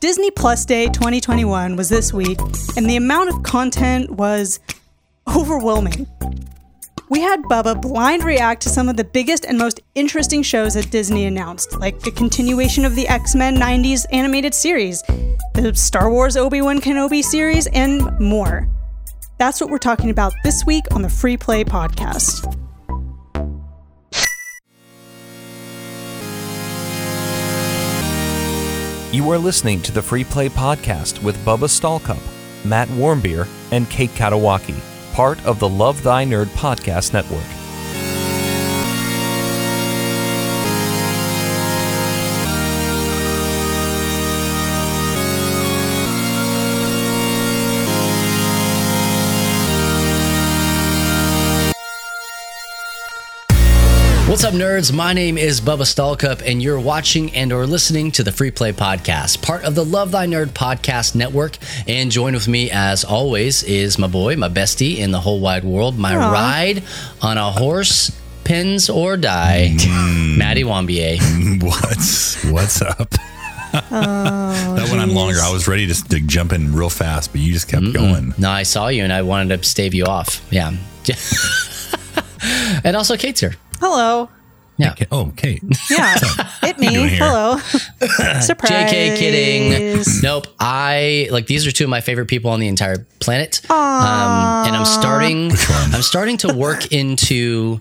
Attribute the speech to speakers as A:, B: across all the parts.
A: Disney Plus Day 2021 was this week, and the amount of content was overwhelming. We had Bubba blind react to some of the biggest and most interesting shows that Disney announced, like the continuation of the X Men 90s animated series, the Star Wars Obi Wan Kenobi series, and more. That's what we're talking about this week on the Free Play Podcast.
B: You are listening to the Free Play Podcast with Bubba Stallcup, Matt Warmbier, and Kate Katawaki, part of the Love Thy Nerd Podcast Network.
C: What's up, nerds? My name is Bubba Stallcup, and you're watching and or listening to the Free Play Podcast, part of the Love Thy Nerd Podcast Network. And join with me, as always, is my boy, my bestie in the whole wide world, my
A: Aw.
C: ride on a horse, pins or die, Maddie Wambier.
D: What's what's up?
A: Oh,
D: that went on longer. I was ready to, to jump in real fast, but you just kept going.
C: No, I saw you, and I wanted to stave you off. Yeah. and also, Kate's here.
A: Hello.
C: Yeah.
D: Okay. Oh, Kate.
A: Yeah, hit me.
D: doing here?
A: Hello. Surprise.
C: JK kidding. Nope. I like these are two of my favorite people on the entire planet. Um, and I'm starting I'm starting to work into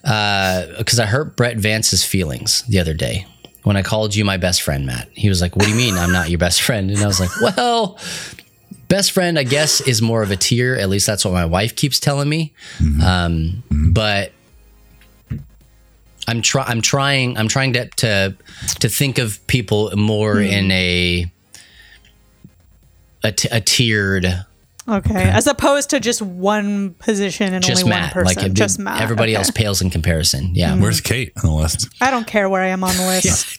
C: because I hurt Brett Vance's feelings the other day when I called you my best friend, Matt. He was like, What do you mean I'm not your best friend? And I was like, Well, best friend, I guess, is more of a tier. At least that's what my wife keeps telling me. Um, but I'm try I'm trying I'm trying to to to think of people more
A: Hmm.
C: in a a, t- a tiered
A: Okay. As opposed to just one position and
C: just
A: only
C: Matt
A: one
C: like
A: person.
C: it-
A: just Matt.
C: everybody
A: Okay. Hmm.
C: else pales in comparison yeah
D: Where's Kate on the list? Uh,
A: I don't care where I am on the list.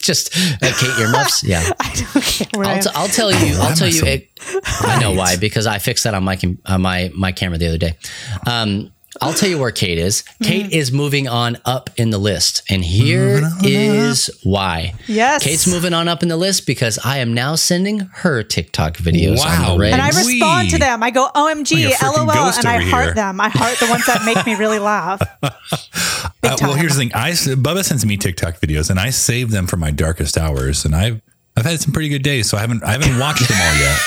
C: just uh, Kate earmuffs yeah
A: I don't care where i
C: I'll,
A: am.
C: t- I'll tell you.
D: Why am
C: I'll tell
D: I
C: you.
D: so
C: It, I know why because I fixed that on my com- on my my camera the other day. Um, I'll tell you where Kate is.
A: Hmm.
C: Kate is moving on up in the list, and here is why.
A: Yes.
C: Kate's moving on up in the list because I am now sending her TikTok videos. on
D: Wow.
C: the
A: and I
C: regs.
D: Wee.
A: respond to them. I go,
D: Like a
A: OMG,
D: freaking
A: LOL,
D: ghost
A: and I
D: over
A: heart
D: here.
A: them. I heart the ones that make me really laugh.
D: Uh, well, here's the thing. I s- Bubba sends me TikTok videos, and I save them for my darkest hours. And I've I've had some pretty good days, so I haven't I haven't watched them all yet.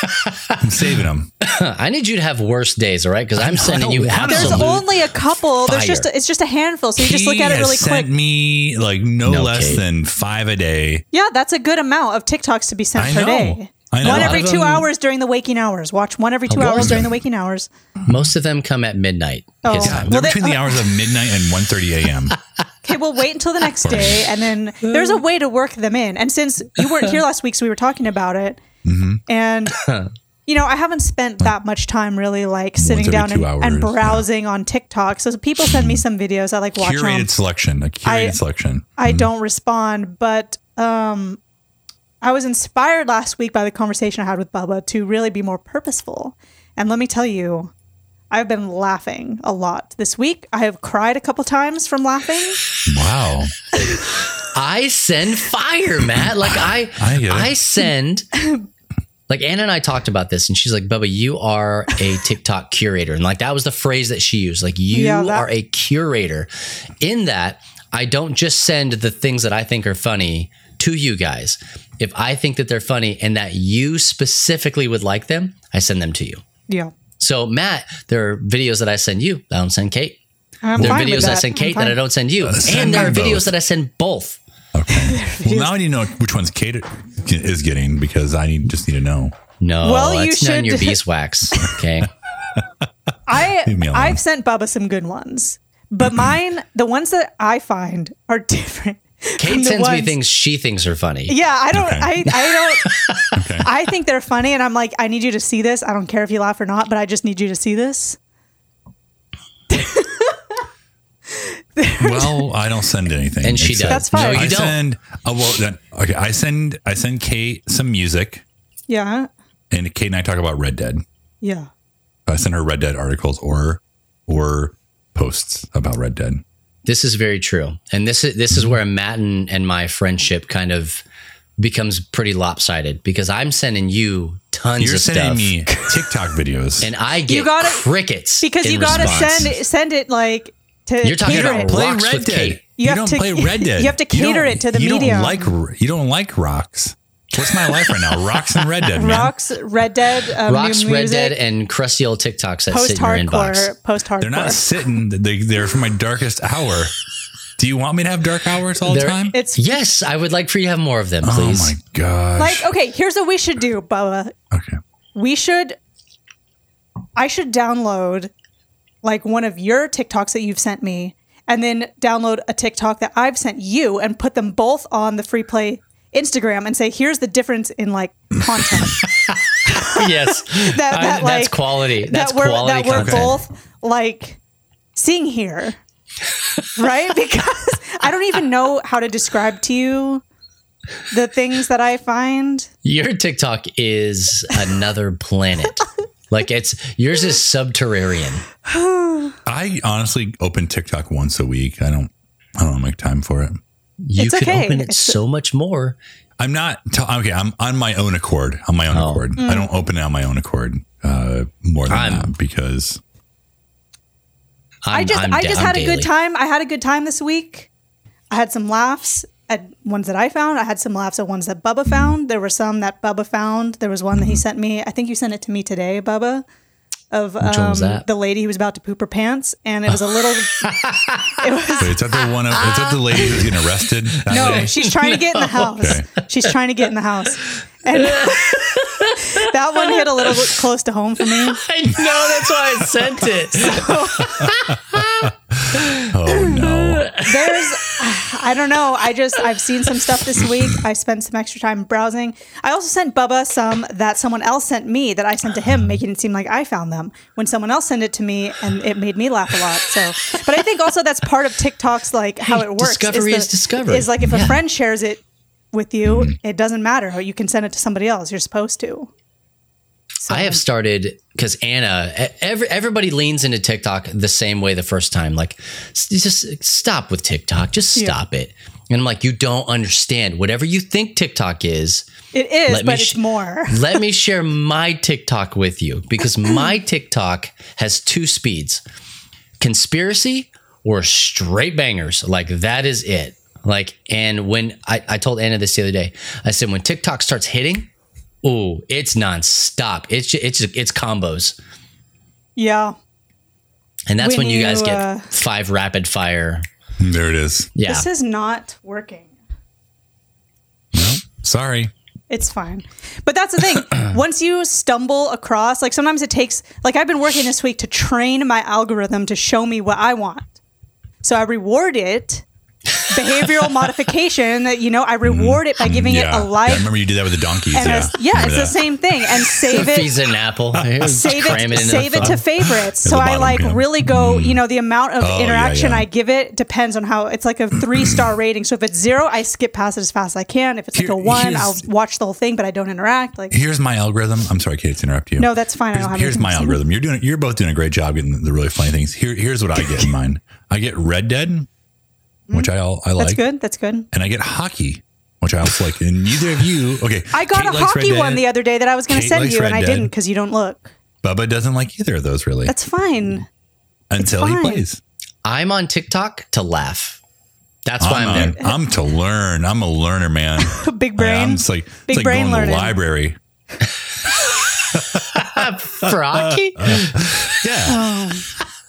D: I'm saving them.
C: I need you to have worse days, all right? Because I'm sending
D: don't
C: you
D: want
A: There's
D: Absolute
C: absolute.
A: only a couple. There's
C: fire.
A: just a, it's just a handful. So you just
D: He
A: look at it
D: has
A: really quick.
D: sent me like no,
C: No,
D: less
C: Kate.
D: than five a day.
A: yeah, that's a good amount of TikToks to be sent
D: I
A: per
D: know.
A: day.
D: I know. A lot
A: One every
D: of
A: two
D: them-
A: hours during the waking hours. Watch one every two
C: lot
A: hours
C: of
A: during the
C: them.
A: waking hours.
C: most of them come at midnight.
A: Oh.
C: his
A: Yeah.
C: time.
D: They're
A: they-
D: between the hours of midnight and 1.30 a.m.
A: Okay, we'll wait until the next day, and then there's a way to work them in. And since you weren't here last week, so we were talking about it,
D: Mm-hmm.
A: and you know, I haven't spent that much time really like sitting
D: every
A: down and,
D: two hours,
A: and
D: yeah.
A: browsing on TikTok. So people send me some videos, I like watch them.
D: curated Mm-hmm. selection. A curated
A: I-
D: selection.
A: I don't respond, but um, I was inspired last week by the conversation I had with Bubba to really be more purposeful. And let me tell you, I've been laughing a lot this week. I have cried a couple times from laughing.
D: Wow.
C: I send fire, Matt. Like I,
D: I get it.
C: I, send. Like Anna and I talked about this, and she's like, "Bubba, you are a TikTok curator," and like that was the phrase that she used. Like you
A: Yeah, that-
C: are a curator. In that, I don't just send the things that I think are funny to you guys. If I think that they're funny and that you specifically would like them, I send them to you.
A: Yeah.
C: So Matt, there are videos that I send you that I don't send Kate.
A: I'm
C: There are
A: fine with
C: videos
A: that.
C: I send
A: I'm
C: Kate
A: fine.
C: that I don't send you,
D: Uh, send
C: and there
D: me
C: are videos
D: both.
C: that I send both.
D: Well, now I need to know which ones Kate is getting because I need just need to know.
C: No,
A: Well, you
C: that's none
A: should-
C: your beeswax. Okay.
A: I
D: Leave me alone.
A: I've sent Bubba some good ones, but mine, the ones that I find are different. from
C: Kate
A: the
C: sends me
A: ones-
C: things she thinks are funny.
A: Yeah, I don't.
D: Okay.
A: I I don't.
D: Okay.
A: I think they're funny, and I'm like, I need you to see this. I don't care if you laugh or not, but I just need you to see this.
D: Well, I don't send anything,
C: And she does.
D: except-
A: That's fine.
C: No,
D: I
C: you don't.
D: send. Uh, well, then, okay. I send. I send Kate some music,
A: Yeah,
D: and Kate and I talk about Red Dead.
A: yeah.
D: I send her Red Dead articles or or posts about Red Dead.
C: This is very true. And this is this is where Matt and, and my friendship kind of becomes pretty lopsided because I'm sending you tons
D: You're
C: of
D: sending
C: stuff.
D: me TikTok videos.
C: and I get
A: gotta-
C: crickets
A: because
C: in
A: you gotta
C: response.
A: send it, send it like to
C: You're talking
D: you
A: cater
C: about
D: don't
A: it.
D: play
C: Rocks
D: Red
C: with
D: Dead.
C: Kate.
A: You
D: You
A: have
D: don't
A: to-
D: play Red Dead.
A: you have to
D: don't-
A: cater it to the
D: you
A: medium.
D: Don't like, r- you don't like rocks. What's my life right now? Rocks and Red Dead, man.
A: Rocks, Red Dead, um,
C: Rocks,
A: new music,
C: Red Dead, and crusty old TikToks that sit in your inbox.
A: post-hardcore, post-hardcore.
D: They're not sitting. They, they're for my darkest hour. Do you want me to have dark hours all the
C: They're-
D: time?
A: It's
C: Yes, I would like for you to have more of them,
D: oh
C: please.
D: my gosh.
A: like okay. Here's what we should do, Bubba.
D: okay.
A: We should. I should download like one of your TikToks that you've sent me, and then download a TikTok that I've sent you, and put them both on the free play Instagram, and say, "Here's the difference in like content."
C: yes,
A: that,
C: I-
A: that,
C: that's
A: like,
C: quality. That's
A: that we're,
C: quality
A: that we're
C: content.
A: both like seeing here, right? Because I don't even know how to describe to you the things that I find.
C: Your TikTok is another planet. like it's yours is subterranean.
D: I honestly open TikTok once a week. I don't. I don't make time for it.
C: You
A: It's
C: could
A: okay.
C: open it
A: It's-
C: so much more.
D: I'm not. T- okay. I'm on my own accord. On my own
A: Oh.
D: accord. I don't open it on my own accord uh, more than
C: I'm-
D: that because
C: I'm,
A: i just
C: I'm
A: I just
C: down
A: had a
C: daily.
A: good time. I had a good time this week. I had some laughs at ones that I found. I had some laughs at ones that Bubba found. There were some that Bubba found. There was one
C: Mm-hmm.
A: that he sent me. I think you sent it to me today, Bubba. Of
C: Which one
A: um,
C: was that?
A: the lady who was about to poop her pants, and it was a little. it was
D: wait, is that the one? Of, is that the lady who's getting arrested? That
A: No,
D: lady?
A: she's trying to get in the house.
D: Okay.
A: She's trying to get in the house. And that one hit a little bit close to home for me.
C: I know that's why I sent it.
D: Oh no.
A: There's, I don't know. I just, I've seen some stuff this week. I spent some extra time browsing. I also sent Bubba some that someone else sent me that I sent to him, making it seem like I found them when someone else sent it to me and it made me laugh a lot. So, but I think also that's part of TikTok's like how it works.
C: discovery is discovery. Mm-hmm.
A: Is like if a friend shares it with you, it doesn't matter. You can send it to somebody else. You're supposed to.
C: I have started because Anna, e- every, everybody leans into TikTok the same way the first time. Like, s- just stop with TikTok. Just stop it. And I'm like, you don't understand. Whatever you think TikTok is,
A: It is,
C: Let me
A: but
C: sh-
A: it's more.
C: let me share my TikTok with you because my TikTok has two speeds conspiracy or straight bangers. Like, that is it. Like, and when I, I told Anna this the other day, I said, when TikTok starts hitting, ooh, it's nonstop. It's, ju- it's, it's combos.
A: Yeah.
C: And that's
A: When
C: when, you,
A: you,
C: guys get
A: uh,
C: five rapid fire.
D: There it is.
C: Yeah.
A: This is not working.
D: Sorry.
A: It's fine. But that's the thing. Once you stumble across, like sometimes it takes, like I've been working this week to train my algorithm to show me what I want. So I reward it behavioral modification that, you know, I reward it by giving
D: Mm-hmm. yeah.
A: it a like.
D: I remember you did that with the donkeys.
A: and
D: yeah.
A: a- yeah, it's
D: Remember
A: the
D: that.
A: same thing. And save it.
C: He's an apple. Just
A: save
C: cram
A: it,
C: into
A: save
C: the
A: it
C: phone.
A: to favorites. So I
D: bottom,
A: like
D: yeah.
A: really go, you know, the amount of
D: Oh, yeah,
A: interaction
D: yeah.
A: I give it depends on how it's like a three star rating. So if it's zero, I skip past it as fast as I can. If it's like
D: Here-
A: a one,
D: here's-
A: I'll watch the whole thing, but I don't interact. Like,
D: Here's my algorithm. I'm sorry, Kate, to interrupt you.
A: no, that's fine. I
D: Here's,
A: don't have
D: here's
A: anything
D: my
A: to say.
D: algorithm. You're doing. You're both doing a great job getting the really funny things. Here, here's what I get in mind. I get Red Dead, which I all I
A: Mm-hmm. That's
D: like,
A: good. That's good.
D: and I get hockey, which I also like. And neither of you, okay.
A: I got
D: Kate
A: a
D: likes Red
A: hockey
D: Dead.
A: one the other day that I was going to
D: Kate
A: send
D: likes
A: you,
D: Red
A: and I
D: Dead.
A: didn't because you don't look.
D: Bubba doesn't like either of those really
A: That's fine.
D: until he
A: fine.
D: plays.
C: I'm on TikTok to laugh. That's why I'm,
D: I'm,
C: there.
D: a- I'm to learn. I'm a learner, man.
A: Big
D: I'm
A: brain.
D: just like it's
A: Big
D: like
A: brain
D: going to
A: learning.
D: the library.
C: For hockey?
D: Yeah,
A: Oh.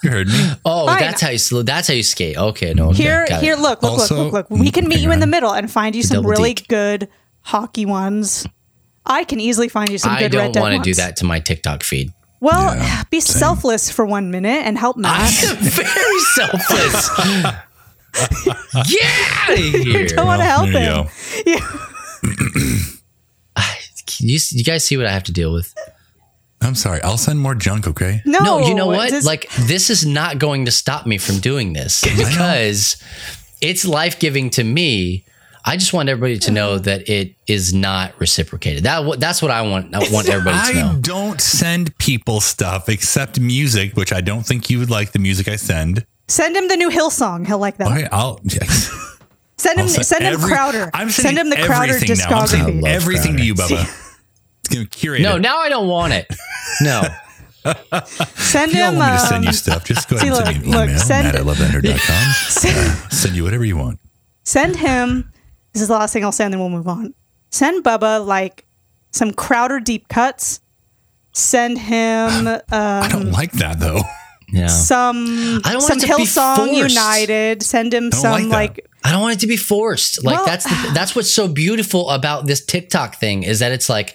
D: you heard me.
C: Oh,
A: Fine.
C: that's how you slow. That's how you skate. Okay, no. okay,
A: Here,
C: got it.
A: here, look, look,
D: Also-
A: look, look, look. We can meet
D: hang
A: you in the
D: on.
A: middle and find you some
C: double
A: really
C: deke.
A: good hockey ones. I can easily find you some
C: I
A: good Red
C: don't
A: Dead
C: want to do
A: ones.
C: that to my TikTok feed.
A: Well, be selfless for one minute and help
C: I'm
A: Matt.
C: very selfless. yeah,
A: You don't want to help
D: There Oh, you
A: him.
D: go.
C: you, you guys see what I have to deal with?
D: I'm sorry. I'll send more junk. Okay.
A: No,
C: No, you know
A: it
C: what?
A: just-
C: like this is not going to stop me from doing this because it's life giving to me. I just want everybody to know that it is not reciprocated. That wa- that's what I want. I want everybody to
D: I
C: know.
D: don't send people stuff except music, which I don't think you would like the music I send.
A: send him the new Hill song. He'll like that.
D: Okay, I'll
A: Send him, send him
D: every-
A: Crowder.
D: I'm
A: send him
D: sending
A: the Crowder
D: everything now. I'm sending
A: discography.
C: love
D: everything to you,
A: Crowder.
D: Bubba. It's gonna curate.
C: No,
D: it.
C: now I don't want it. No.
A: Send
D: If you
A: him.
D: don't want me to send you
A: um,
D: stuff, just go ahead and
A: see,
D: send
A: look-
D: me an
A: look,
D: email.
A: send-
D: Matt at lovender.com.
A: send-
D: Uh, send you whatever you want.
A: send him. This is the last thing I'll say, and then we'll move on. Send Bubba like some Crowder deep cuts. Send him uh,
D: I don't
A: Mm.
D: like that though.
C: Yeah.
A: some
C: I don't want
A: some
C: it to be
A: Hillsong
C: forced.
A: United. Send him
D: don't
A: some
D: like
A: like
C: I don't want it to be forced. Like
A: Well-
C: that's the, that's what's so beautiful about this TikTok thing is that it's like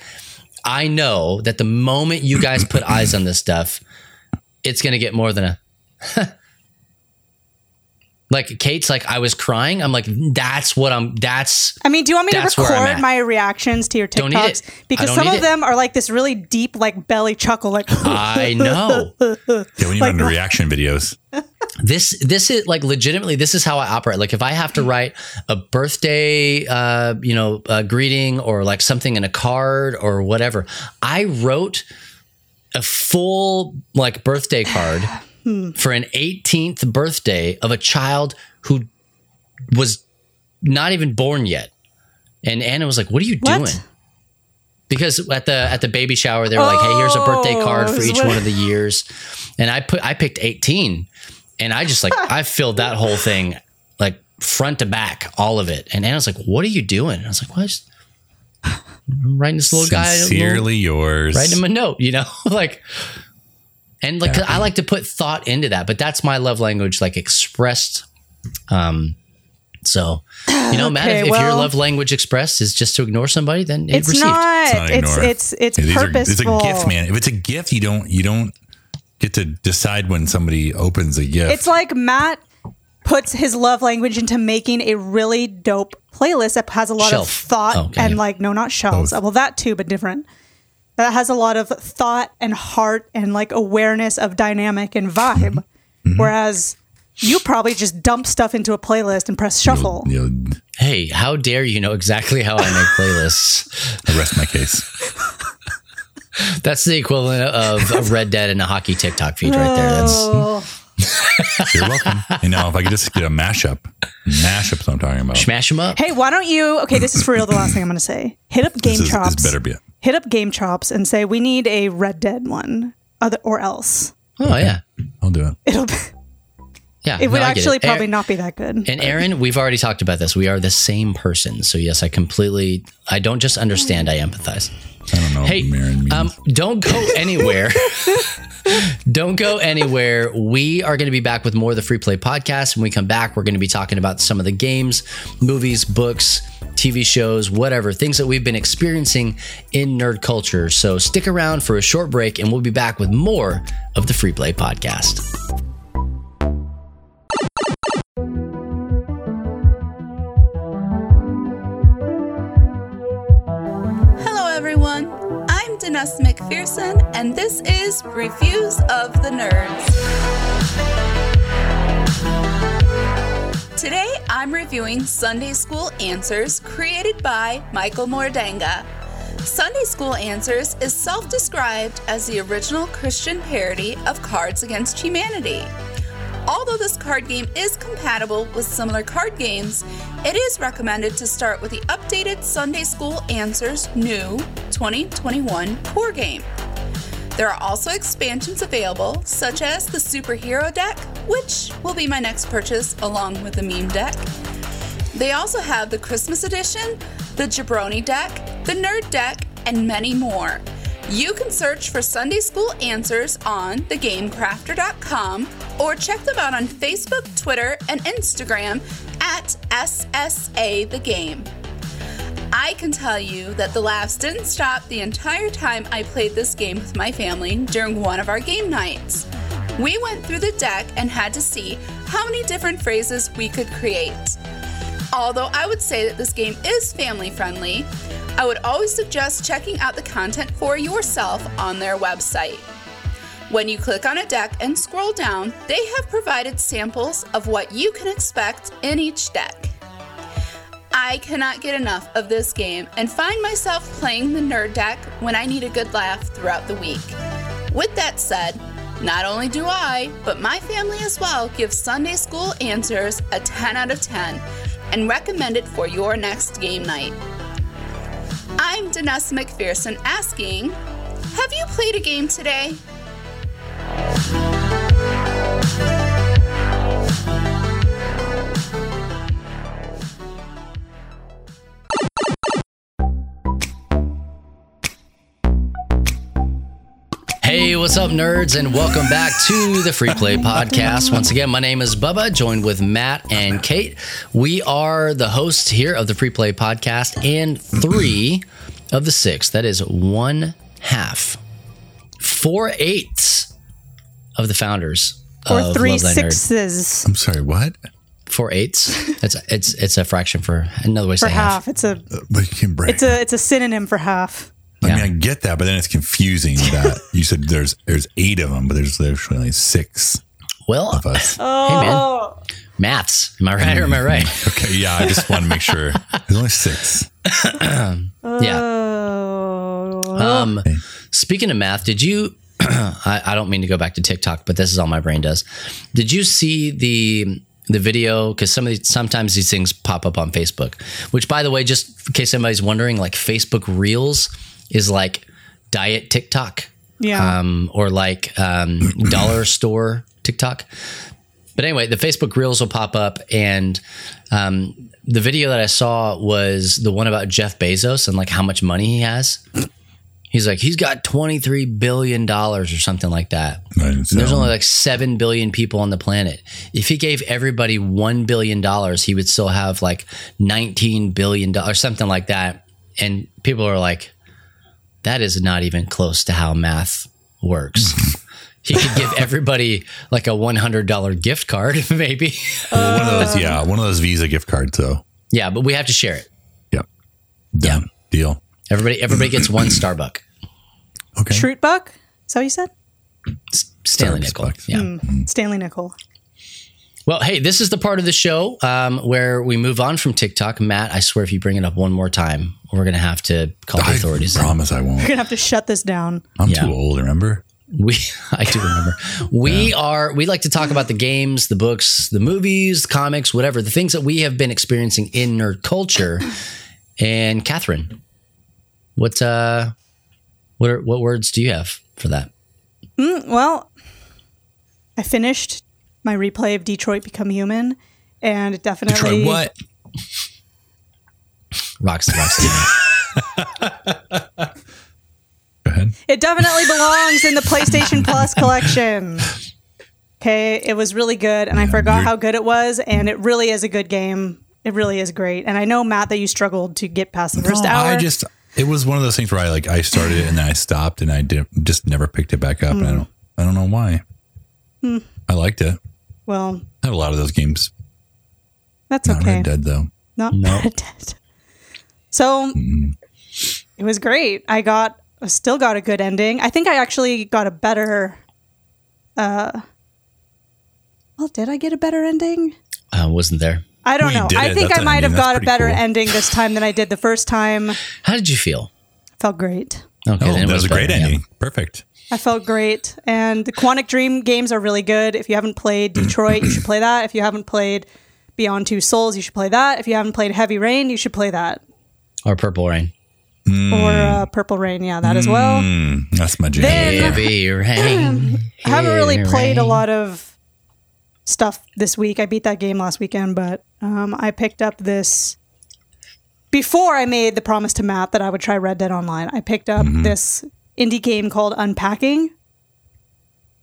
C: I know that the moment you guys put eyes on this stuff, it's gonna get more than a. like Kate's like I was crying. I'm like that's what I'm. That's
A: I mean, do you want me
C: That's
A: to
C: where I'm
A: record
C: at.
A: my reactions to your
C: Don't need it.
A: TikToks? Because
C: I don't
A: some
C: need
A: of
C: it.
A: them are like this really deep, like belly chuckle, like
C: I know.
D: Yeah, when you
A: Like
D: run into
A: what?
D: reaction videos,
C: this this is like legitimately this is how i operate like if i have to write a birthday uh you know uh, greeting or like something in a card or whatever i wrote a full like birthday card for an 18th birthday of a child who was not even born yet and anna was like what are you
A: What?
C: doing because at the at the baby shower they were like hey here's a birthday card
A: Oh,
C: for
A: is
C: each
A: what-
C: one of the years and i put i picked 18 and i just like i filled that whole thing like front to back all of it and anna's like what are you doing and i was like what is I'm writing this little guy a little-
D: sincerely yours.
C: write him a note, you know, like, and like, 'cause I like to put thought into that, but that's my love language, like expressed. Um, so, you know, Matt,
A: Okay,
C: if, if your
A: well-
C: love language expressed is just to ignore somebody, then it
A: it's
C: received.
D: It's
A: not.
D: not
A: It's
D: ignore.
A: it's it's
D: Yeah, these are-
A: purposeful.
D: it's a gift, man. If it's a gift, you don't you don't get to decide when somebody opens a gift.
A: It's like Matt puts his love language into making a really dope playlist that has a lot
C: Shelf.
A: of thought
C: Okay.
A: and like no, not shelves. Well, that too, but different. That has a lot of thought and heart and like awareness of dynamic and vibe. Whereas you probably just dump stuff into a playlist and press shuffle.
D: you know,
C: Hey, how dare you know exactly how I make playlists?
D: I rest my case.
C: That's the equivalent of a Red Dead and a hockey TikTok feed right there. That's
A: Oh.
D: You're welcome. and now if I could just get a mashup, mashups I'm talking about.
C: smash them up.
A: Hey, why don't you? Okay, this is for real. The last thing I'm going to say: hit up Game
D: This is,
A: Chops.
D: this better be it.
A: Hit up Game Chops and say we need a Red Dead one, other or else
C: Oh yeah,
D: I'll do it.
A: it'll. Be,
C: yeah.
A: it would
C: no, I get
A: actually
C: Aaron-
A: probably not be that good.
C: And Aaron, we've already talked about this. We are the same person. So yes, I completely I don't just understand, I empathize.
D: I don't know.
C: Hey,
D: what Marin means.
C: um, don't go anywhere. don't go anywhere. We are going to be back with more of the Free Play podcast. When we come back, we're going to be talking about some of the games, movies, books, TV shows, whatever, things that we've been experiencing in nerd culture. So stick around for a short break and we'll be back with more of the Free Play podcast.
E: Hello, everyone. I'm Denise McPherson, and this is Reviews of the Nerds. Today, I'm reviewing Sunday School Answers created by Michael Mordanga. Sunday School Answers is self described as the original Christian parody of Cards Against Humanity. Although this card game is compatible with similar card games, it is recommended to start with the updated Sunday School Answers new 2021 core game. There are also expansions available, such as the Superhero deck, which will be my next purchase along with the Meme deck. They also have the Christmas edition, the Jabroni deck, the Nerd deck, and many more. You can search for Sunday School Answers on thegamecrafter.com or check them out on Facebook, Twitter, and Instagram at SSA The Game. I can tell you that the laughs didn't stop the entire time I played this game with my family during one of our game nights. We went through the deck and had to see how many different phrases we could create. Although I would say that this game is family friendly, I would always suggest checking out the content for yourself on their website. When you click on a deck and scroll down, they have provided samples of what you can expect in each deck. I cannot get enough of this game and find myself playing the nerd deck when I need a good laugh throughout the week. With that said, not only do I, but my family as well give Sunday School Answers a 10 out of 10 and recommend it for your next game night. I'm Danessa McPherson asking, have you played a game today?
C: Hey, what's up, nerds, and welcome back to the Free Play Podcast. Once again, my name is Bubba, joined with Matt and Kate. We are the hosts here of the Free Play Podcast and three of the six. That is one half, four eighths of the founders.
A: Or
C: of
A: three
C: Love Thy Nerd.
A: sixes
D: I'm sorry, what? Uh,
C: Four eighths. It's it's it's a fraction for another way to
A: for
C: say half.
A: half. It's a
D: Uh, But you can break.
A: it's a it's a synonym for half.
D: I mean, I get that, but then it's confusing that you said there's there's eight of them, but there's literally only six
C: Well,
D: of us.
C: hey man,
A: Oh.
C: maths. Am I right or am I right?
D: Okay, yeah, I just want to make sure there's only six.
C: Yeah.
A: Oh,
C: Um, speaking of math, did you? I, I don't mean to go back to TikTok, but this is all my brain does. Did you see the the video? Because some of these, sometimes these things pop up on Facebook. Which, by the way, just in case anybody's wondering, like Facebook Reels is like diet TikTok,
A: yeah.
C: um, or like um, dollar store TikTok. But anyway, the Facebook Reels will pop up, and um, the video that I saw was the one about Jeff Bezos and like how much money he has. He's like he's got twenty three billion dollars or something like that.
D: Right,
C: And there's
D: so-
C: only like seven billion people on the planet. If he gave everybody one billion dollars, he would still have like nineteen billion dollars, something like that. And people are like, that is not even close to how math works. he could give everybody like a one hundred dollar gift card, maybe.
D: Well, one of those,
C: uh,
D: yeah, one of those Visa gift cards, though.
C: yeah, but we have to share it.
D: Yep. Done. Deal.
C: Everybody, everybody gets one Starbucks.
D: Okay.
A: Shrewd buck. Is that what you said? Hmm.
C: Stanley
D: Starbucks
C: Nickel.
D: bucks.
C: Yeah.
A: Stanley Nickel.
C: Well, hey, this is the part of the show um, where we move on from TikTok. Matt, I swear if you bring it up one more time, we're going to have to call the
D: I
C: authorities.
D: promise I won't.
A: We're gonna have to shut this down.
D: I'm
C: Yeah.
D: too old, remember?
C: We, I do remember. We are, we like to talk about the games, the books, the movies, the comics, whatever, the things that we have been experiencing in nerd culture. And Catherine, what, uh, what, are, what words do you have for that?
A: Well, I finished my replay of Detroit Become Human, and it definitely
D: Detroit, what?
C: Rocks, rocks.
D: Go ahead.
A: it definitely belongs in the PlayStation Plus collection. Okay, it was really good, and I forgot how good it was, and it really is a good game. It really is great, and I know Matt that you struggled to get past the first
D: No,
A: hour.
D: I just it was one of those things where I like I started it and then I stopped and I did, just never picked it back up and I
A: Hmm.
D: don't I don't know why. I liked it.
A: well,
D: I have a lot of those games.
A: that's
D: Not
A: okay.
D: Red Dead though.
A: Not Red Dead. So
D: Mm-hmm.
A: it was great. I got I still got a good ending. I think I actually got a better uh well, did I get a better ending?
C: uh, wasn't there.
A: I don't
D: Well, you
A: know.
D: did
A: I
D: it.
A: think
D: That's
A: I
D: an
A: might have
D: ending. That's
A: got a
D: pretty
A: better
D: cool.
A: ending this time than I did the first time.
C: How did you feel?
A: Felt great.
C: Okay,
D: Oh,
C: then it
D: that was a
C: better,
D: great
C: yeah.
D: ending. Perfect.
A: I felt great. And the Quantic Dream games are really good. If you haven't played Detroit, you should play that. If you haven't played Beyond Two Souls, you should play that. If you haven't played Heavy Rain, you should play that.
C: Or Purple Rain.
A: Or uh, Purple Rain, yeah, that as well.
D: Mm, that's my jam.
A: Then-
C: Heavy rain.
A: I haven't really
C: Heavy
A: played a
C: rain.
A: lot of stuff this week. I beat that game last weekend, but um, I picked up this before I made the promise to Matt that I would try Red Dead Online. I picked up
D: Mm-hmm.
A: this indie game called Unpacking,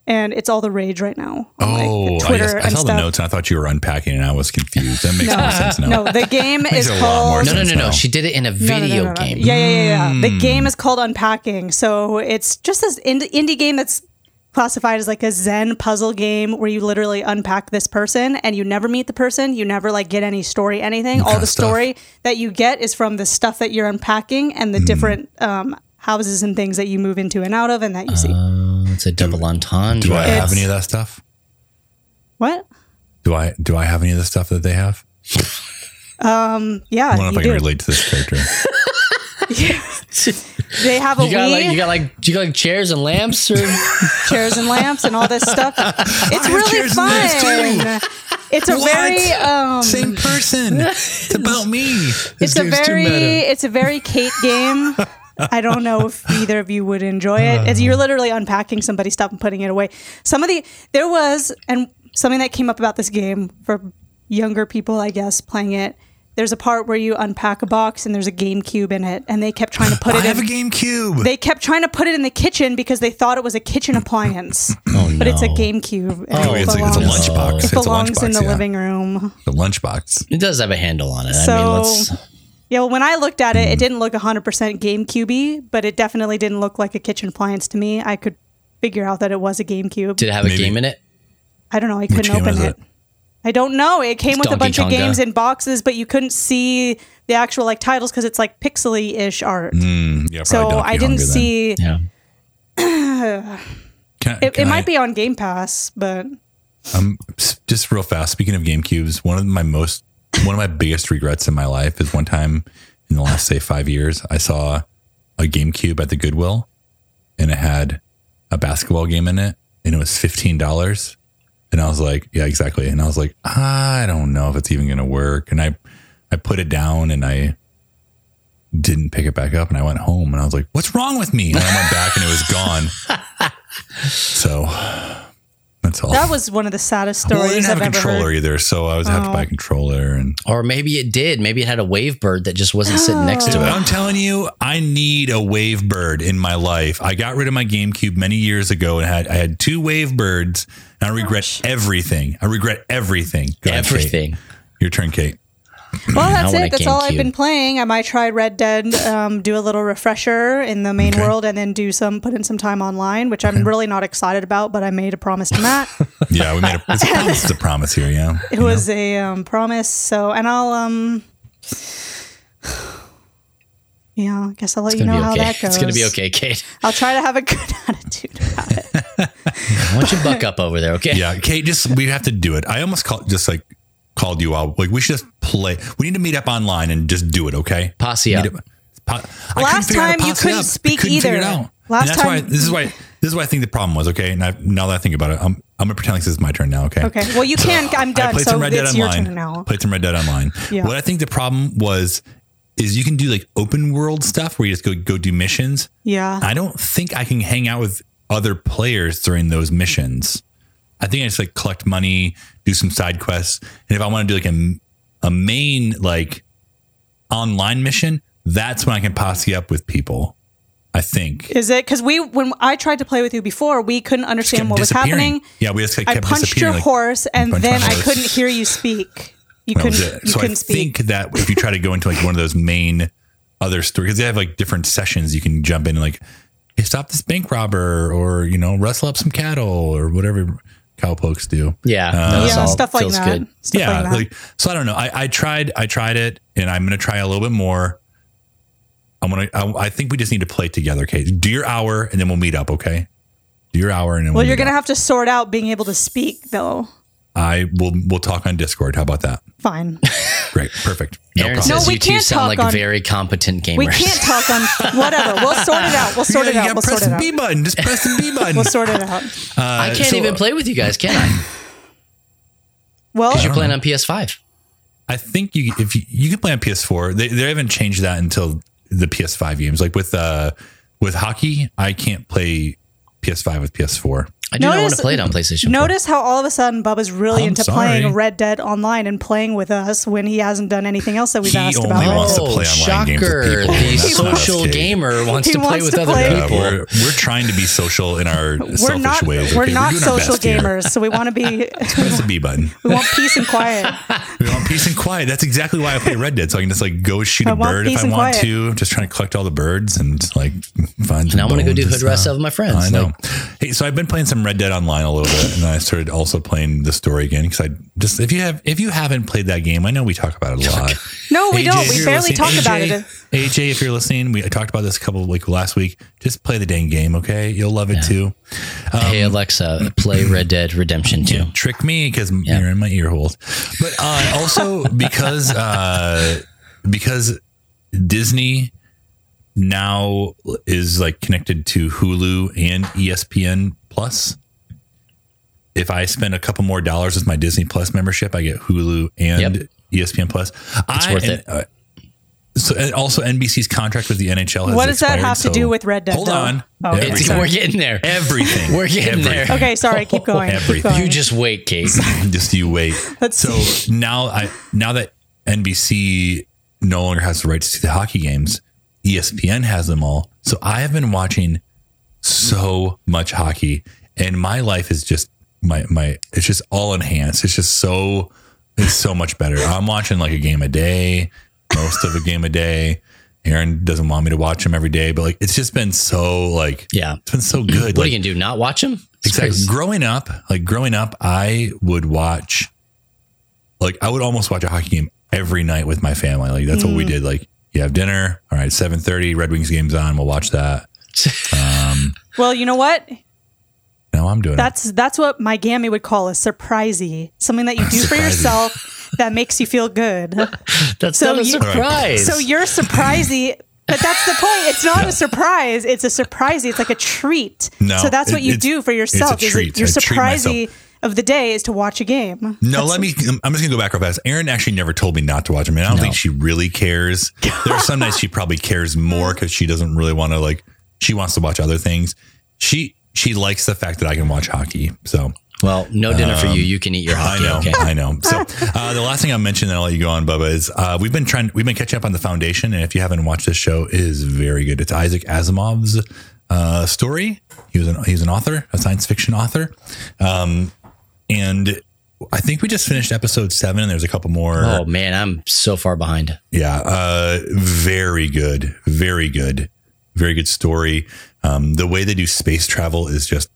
A: and it's all the rage right now. on, like,
D: Oh, I,
A: Twitter
D: just, I
A: and
D: saw
A: stuff.
D: the notes and I thought you were unpacking and I was confused. That makes more sense now.
A: No, the game is
D: a lot more
A: called
D: sense.
C: No, no, no, no.
D: now.
C: She did it in a
A: No, no, no,
C: video
A: no, no.
C: game.
A: Yeah, yeah, yeah, yeah. The game is called Unpacking. So it's just this ind- indie game that's classified as like a zen puzzle game where you literally unpack this person and you never meet the person, you never like get any story anything. All
D: kinda
A: the
D: stuff?
A: story that you get is from the stuff that you're unpacking and the different um houses and things that you move into and out of and that you see.
C: It's a double entendre.
D: Do I have
A: It's-
D: any of that stuff?
A: What?
D: Do I do I have any of the stuff that they have?
A: Yeah,
D: I don't know if
A: Uh, you
D: I can
A: do.
D: relate to this character.
A: They have a
C: You got
A: Wii,
C: like you got like do you got like chairs and lamps or
A: chairs and lamps and all this stuff. It's really
D: chairs and lamps
A: fun. It's a
D: What?
A: very um
D: Same person. It's about me.
A: It's a very it's a very Kate game. I don't know if either of you would enjoy
D: Uh-huh.
A: it. As you're literally unpacking somebody's stuff and putting it away. Some of the there was and something that came up about this game for younger people, I guess, playing it. There's a part where you unpack a box and there's a GameCube in it, and they kept trying to
D: I
A: put it in
D: have a GameCube.
A: they kept trying to put it in the kitchen because they thought it was a kitchen appliance. But it's a GameCube. and
D: Anyway,
A: it
D: Oh, it's, a, it's a
A: Oh, belongs-
D: lunchbox.
A: It
D: It's a
A: belongs
D: lunchbox,
A: in the
D: yeah.
A: living room.
D: The lunchbox.
C: It does have a handle on it. I
A: So-
C: mean, let's.
A: Yeah, well, when I looked at
D: Hmm.
A: it, it didn't look 100% GameCube, but it definitely didn't look like a kitchen appliance to me. I could figure out that it was a GameCube.
C: Did it have a
D: Maybe.
C: game in it?
A: I don't know. I couldn't
D: game
A: open
D: is
A: it.
D: it?
A: I don't know. It came with a
C: Donkey
A: bunch of
C: Konga.
A: games in boxes, but you couldn't see the actual like titles because it's like pixely-ish art.
D: Yeah, probably
A: so
D: Mm, Donkey
A: I didn't
D: Hunger then.
A: see.
C: Yeah.
D: Can,
A: It, it
D: can I-
A: might be on Game Pass, but
D: Um, s- just real fast. Speaking of GameCubes, one of my most, one of my biggest regrets in my life is one time in the last say five years, I saw a GameCube at the Goodwill, and it had a basketball game in it, and it was fifteen dollars, and I was like, yeah, exactly, and I was like, I don't know if it's even gonna work, and I, I put it down, and I didn't pick it back up, and I went home, and I was like, what's wrong with me? And I went back, and it was gone. So. That's all.
A: that was one of the saddest stories
D: Well, I didn't have
A: I've
D: a
A: ever
D: controller
A: heard. Oh.
D: either, so I was have to buy a controller. And
C: Or maybe it did. Maybe it had a wave bird that just wasn't sitting
A: Oh.
C: next to it.
D: I'm telling you, I need a Wave Bird in my life. I got rid of my GameCube many years ago, and had I had two Wave Birds, and
A: Oh,
D: I regret everything. I regret everything. Go ahead, Kate.
C: Everything.
D: Your turn, Kate.
A: Well, that's
C: want
A: it.
C: a
A: That's all I've
C: GameCube.
A: been playing. I might try Red Dead, um, do a little refresher in the main world, and then do some put in some time online, which I'm really not excited about. But I made a promise to Matt.
D: Yeah, we made a, it's a promise. It's a promise here. Yeah,
A: it was a um, promise. So, and I'll um, yeah, I guess I'll let you
C: It's
A: know
C: gonna
A: how
C: be
A: that
C: okay.
A: goes.
C: It's gonna be okay, Kate.
A: I'll try to have a good attitude about it.
C: Why don't you buck up over there, okay?
D: yeah. Kate, just we have to do it. I almost called, just like called you out. Like we should just play. We need to meet up online and just do it. Okay.
C: Posse up.
D: Meet up- Po- I couldn't
A: Last
D: figure out
A: time you
D: posse
A: couldn't
D: up. I
A: speak
D: couldn't figure
A: either.
D: it out.
A: Last
D: And that's
A: time-
D: why this is why this is why I think the problem was okay. And I, now that I think about it, I'm I'm gonna pretend like this is my turn now. Okay.
A: Okay. Well, you can. I'm
D: I
A: done.
D: played
A: So
D: some Red Dead
A: it's your
D: Online.
A: turn now.
D: Played some Red Dead Online.
A: Yeah.
D: What I think the problem was is you can do like open world stuff where you just go go do missions.
A: Yeah.
D: I don't think I can hang out with other players during those missions. I think I just like collect money, do some side quests, and if I want to do like a, a main like online mission, that's when I can posse up with people. I think.
A: Is it because we when I tried to play with you before, we couldn't
D: Just
A: understand
D: kept
A: what was
D: disappearing.
A: happening.
D: Yeah, we just like,
A: I
D: kept
A: punched your
D: disappearing. like,
A: horse, and
D: punched
A: then
D: my
A: I
D: horse.
A: couldn't hear you speak. You
D: that
A: couldn't.
D: was
A: You
D: it. So I
A: couldn't speak.
D: think that if you try to go into like one of those main other stories, because they have like different sessions, you can jump in and like hey, stop this bank robber, or you know rustle up some cattle, or whatever cowpokes do.
C: Yeah.
D: Uh,
C: that's
A: yeah,
C: all.
A: stuff like
C: Feels
A: that.
C: good.
A: Stuff
D: yeah,
A: like that.
D: like so. I don't know. I, I tried. I tried it, and I'm gonna try a little bit more. I'm gonna. I, I think we just need to play together, Kate. Do your hour, and then we'll meet up. Okay. Do your hour, and then
A: well,
D: we'll
A: you're
D: meet
A: gonna
D: up.
A: have to sort out being able to speak, though.
D: I will. We'll talk on Discord. How about that?
A: Fine.
D: Great. Perfect. No
C: Aaron
D: problem.
A: No,
C: says
A: we
C: you two
A: can't
C: sound
A: talk
C: like
A: on-
C: very competent gamers.
A: We can't talk on whatever. We'll sort it out. We'll sort
D: you
A: it
D: gotta, you gotta
A: out. We'll
D: press
A: sort it
D: the
A: out.
D: B button. Just press the B button.
A: We'll sort it out.
C: I can't
D: Uh, so-
C: even play with you guys, can Uh, I?
A: Well,
C: You're playing on PS5.
D: I think you if you, you can play on PS4. They, they haven't changed that until the PS5 games. Like with uh with hockey, I can't play PS5 with PS4.
C: I do not want
A: Notice-
C: to play it on PlayStation.
A: notice how all of a sudden Bubba's really
D: I'm
A: into
D: sorry.
A: playing Red Dead Online and playing with us when he hasn't done anything else that we've
D: He
A: asked
D: only
A: about. Oh,
D: wants to
A: Red
D: play online
A: Dead.
D: games with
C: Oh, shocker.
D: people,
C: The
D: and that's not us,
C: social
D: Kate.
C: gamer wants
A: He
C: to play
A: wants
C: with
A: to
C: other
A: play.
D: Uh,
C: people.
D: we're we're trying to be social in our
A: We're
D: selfish
A: not.
D: ways.
A: We're
D: okay?
A: not
D: doing our
A: social
D: best here.
A: gamers, so we want to be.
D: Press the B button.
A: We want peace and quiet.
D: We want peace and quiet. That's exactly why I play Red Dead. So I can just like go shoot
A: I
D: a
A: want
D: bird if
A: peace
D: I
A: and
D: want
A: quiet.
D: to. I'm just trying to collect all the birds and just like find. some
C: Now I'm gonna go
D: bones
C: do
D: and
C: hood rest
D: stuff.
C: of my friends.
D: I know.
C: Like-
D: hey, so I've been playing some Red Dead Online a little bit, and then I started also playing the story again because I just if you have if you haven't played that game, I know we talk about it a lot.
A: No, we
D: AJ,
A: don't.
D: if
A: We
D: you're
A: barely
D: listening-
A: talk
D: AJ,
A: about it.
D: AJ, if you're listening, we I talked about this a couple like last week. Just play the dang game, okay? You'll love it too. um,
C: hey Alexa, play Red Dead Redemption 2.
D: Trick me because you're in my ear holes. But uh, also because uh, because Disney now is like connected to Hulu and E ESPN Plus. If I spend a couple more dollars with my Disney Plus membership, I get Hulu and E
C: Yep.
D: ESPN Plus.
C: It's
D: I,
C: worth
D: and,
C: it.
D: uh, so and also NBC's contract with the NHL. Has
A: What does that
D: expired,
A: have to
D: so-
A: do with Red Dead?
D: Hold
A: though?
D: on.
A: Oh, okay.
C: It's,
D: Everything.
C: we're getting there.
D: Everything.
C: We're getting there.
D: Everything.
A: Okay, sorry. Keep going. keep
D: Everything.
A: going.
C: You just wait, Kate.
D: Just you wait.
A: Let's
D: so now I now that NBC no longer has the rights to the hockey games, E ESPN has them all. So I have been watching so much hockey, and my life is just my my. It's just all enhanced. It's just so it's so much better. I'm watching like a game a day, most of a game a day. Aaron doesn't want me to watch them every day, but like it's just been so like
C: Yeah.
D: it's been so good.
C: What
D: like,
C: are you gonna do? Not watch him? It's
D: Exactly.
C: crazy.
D: Growing up, like growing up, I would watch, like I would almost watch a hockey game every night with my family. Like that's
C: Mm.
D: what we did. Like you have dinner, all right, seven thirty, Red Wings game's on, we'll watch that.
A: well, you know what?
D: Now I'm doing
A: That's that's what my gammy would call a surprisey, something that you do for
D: Surprisey.
A: yourself that makes you feel good.
C: That's
A: So
C: not a
A: you-
C: surprise.
A: So you're surprisey, but that's the point. It's not a surprise. It's a surprisey. It's like a treat.
D: No,
A: so that's what
D: it-
A: you
D: it's-
A: do for
D: it's a
A: yourself. is
D: treat.
A: that Your
D: I treat
A: surprisey of the day is to watch a game.
D: it. No, let me. I'm just gonna go back real fast. Erin actually never told me not to watch them. I mean, I don't think she really cares. There are some nights she probably cares more because she doesn't really want to like. She wants to watch other things. She she likes the fact that I can watch hockey. So
C: well, no dinner for you. You can eat your
D: Um, I
C: hockey.
D: know,
C: Okay.
D: I know. So uh, the last thing I'll mention, and I'll let you go on, Bubba, is uh, we've been trying, we've been catching up on the foundation, and if you haven't watched this show, it is very good. It's Isaac Asimov's uh, story. He was an he's an author, a science fiction author, um, and I think we just finished episode seven, and there's a couple more.
C: Oh man, I'm so far behind.
D: Yeah, uh, very good, very good, very good story. Um, the way they do space travel is just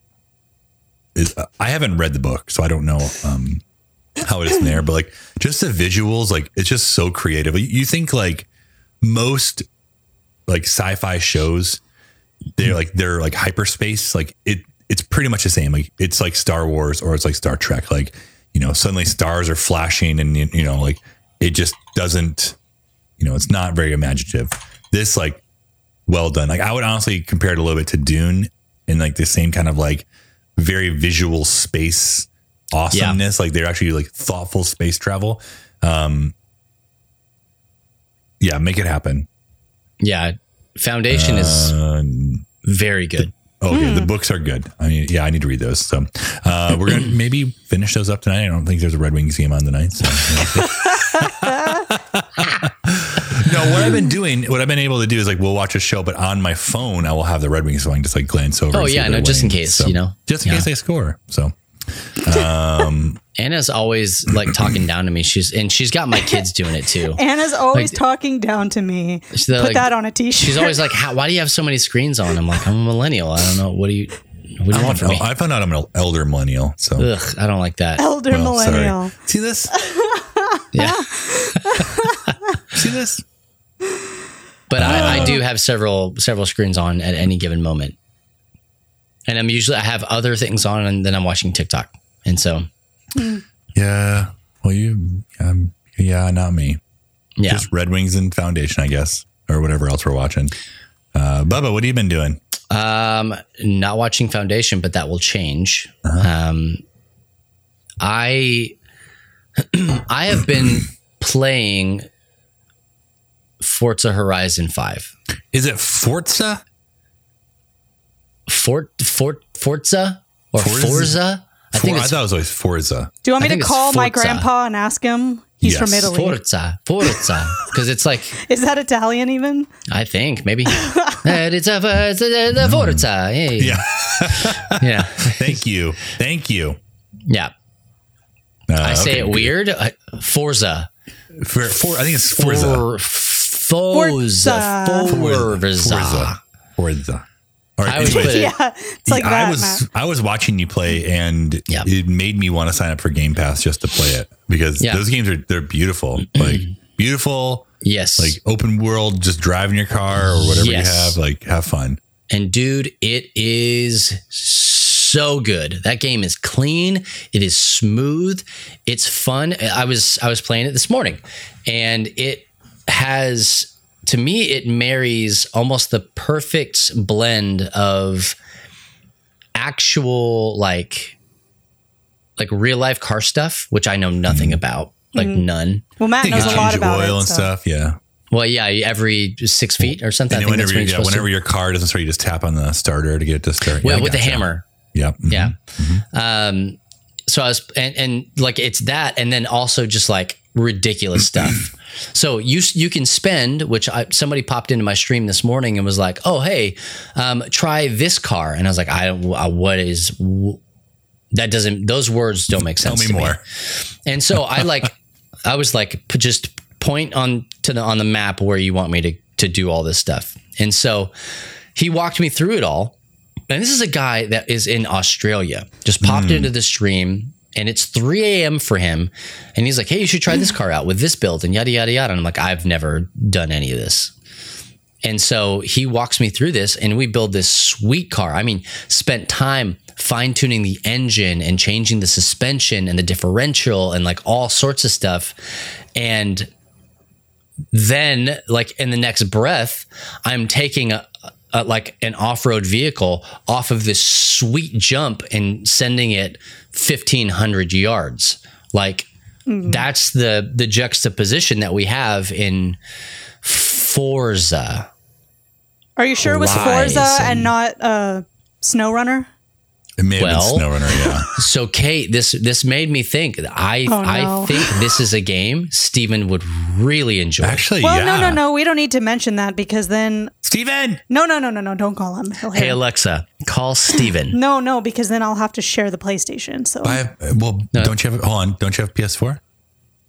D: is I haven't read the book, so I don't know um, how it is in there, but like just the visuals, like it's just so creative. You- You think like most like sci-fi shows, they're like they're like hyperspace, like it it's pretty much the same. Like it's like Star Wars or it's like Star Trek. Like you know, suddenly stars are flashing, and you you know, like it just doesn't. You know, it's not very imaginative. This like well done. Like I would honestly compare it a little bit to Dune in like the same kind of like very visual space awesomeness. Like they're actually like thoughtful space travel. Um yeah, make it happen.
C: Yeah. Foundation is
D: Um,
C: very good.
D: oh yeah,
C: Hmm.
D: the books are good. I mean, yeah, I need to read those. So uh, we're gonna maybe finish those up tonight. I don't think there's a Red Wings game on tonight. So. no, what I've been doing, what I've been able to do is like we'll watch a show, but on my phone I will have the Red Wings, so I can just like glance over.
C: Oh,
D: and see
C: yeah,
D: if they're
C: no, just in
D: winning.
C: case,
D: So,
C: you know?
D: just in
C: Yeah.
D: case they score. So
C: Anna's always like talking down to me. She's and she's got my kids doing it too.
A: Anna's always
C: Like-
A: talking down to me.
C: She's
A: Put
C: like-
A: that on a t-shirt.
C: She's always like, How, "Why do you have so many screens on?" I'm like, "I'm a millennial. I don't know. What do you What do you
D: I'm
C: want from
D: an
C: me?"
D: el- I found out I'm an elder millennial. So
C: Ugh, I don't like that.
A: elder
D: well, sorry.
A: millennial.
D: See this?
C: Yeah,
D: See this?
C: but I, I do have several several screens on at any given moment, and I'm usually I have other things on, and then I'm watching TikTok, and so
D: Yeah. Well, you. Um, yeah, not me.
C: yeah,
D: Just Red Wings and Foundation, I guess, or whatever else we're watching. Uh, Bubba, what have you been doing?
C: Um, not watching Foundation, but that will change.
D: Uh-huh.
C: Um, I I have been playing Forza Horizon Five.
D: Is it Forza?
C: Fort Fort Forza or
D: Forza?
C: Forza? I think
D: For- I
C: it's
D: thought it was always Forza.
A: Do you want
C: I
A: me to
C: think it's
A: call my
C: Forza.
A: grandpa and ask him? He's
D: Yes.
A: from Italy.
C: Forza Forza because it's like
A: Is that Italian even?
C: I think maybe Eh, it's a it's a- the Forza. Hey.
D: Mm. Yeah.
C: yeah,
D: Thank you. Thank you.
C: yeah.
D: Uh,
C: I say
D: okay,
C: it
D: good.
C: weird. I- Forza.
D: For, for, I think it's Forza.
C: Forza. Forza. Forza.
D: Forza. Forza. All right.
C: I always
D: anyways,
C: put it-
A: yeah, it's like
D: I
A: that.
D: was
A: Matt.
D: I was watching you play, and
C: Yeah.
D: it made me want to sign up for Game Pass just to play it because
C: Yeah.
D: those games are they're beautiful, like beautiful,
C: Yes.
D: like open world, just driving your car or whatever
C: Yes.
D: you have, like have fun.
C: and dude, it is so good. That game is clean. It is smooth. It's fun. I was I was playing it this morning, and it has to me it marries almost the perfect blend of
D: Mm-hmm.
C: actual like like real life car stuff, which I know nothing about. like none.
A: Well, Matt
D: You can
A: knows a lot
D: change your
A: about
D: oil
A: it.
D: and
A: so-
D: stuff. Yeah.
C: Well, yeah, every six feet or something.
D: And
C: I
D: then
C: think that's
D: whenever,
C: when
D: you,
C: you're
D: yeah,
C: supposed to.
D: whenever your car doesn't start, you just tap on the starter to get it to start.
C: Well,
D: Yeah, I
C: with
D: gotcha.
C: the hammer.
D: Yep. Mhm.
C: Yeah.
D: Mm-hmm.
C: Um, so I was, and, and like it's that, and then also just like ridiculous stuff. so you you can spend, which I, somebody popped into my stream this morning and was like, "Oh hey, um, try this car," and I was like, "I don't, uh, what is w- that? Doesn't those words don't make
D: Tell
C: sense?"
D: me
C: to
D: more.
C: And so I like, I was like, p- just point on to the on the map where you want me to to do all this stuff. And so he walked me through it all. And this is a guy that is in Australia, just popped into the stream, and it's 3 a.m. for him. And he's like, hey, you should try this car out with this build and yada yada yada. And I'm like, I've never done any of this. And so he walks me through this, and we build this sweet car. I mean, spent time fine tuning the engine and changing the suspension and the differential and like all sorts of stuff. And then, like in the next breath, I'm taking a, a like an off road vehicle off of this sweet jump and sending it 1500 yards. Like, that's the the juxtaposition that we have in Forza.
A: Are you sure it was
C: Lies
A: Forza
C: and-
A: and not uh, SnowRunner?
D: It may have
C: Well-
D: been SnowRunner. Yeah.
C: So Kate, this this made me think. I
A: Oh,
C: I
A: no.
C: think this is a game Steven would really enjoy.
D: Actually,
A: Well,
D: yeah.
A: no, no, no. We don't need to mention that because then
D: Steven.
A: no, no, no, no, no. Don't call him. He'll
C: hey
A: hate him.
C: Alexa, call Steven.
A: No, no, because then I'll have to share the PlayStation. So
D: I have, well, don't you have, hold on. Don't you have PS4?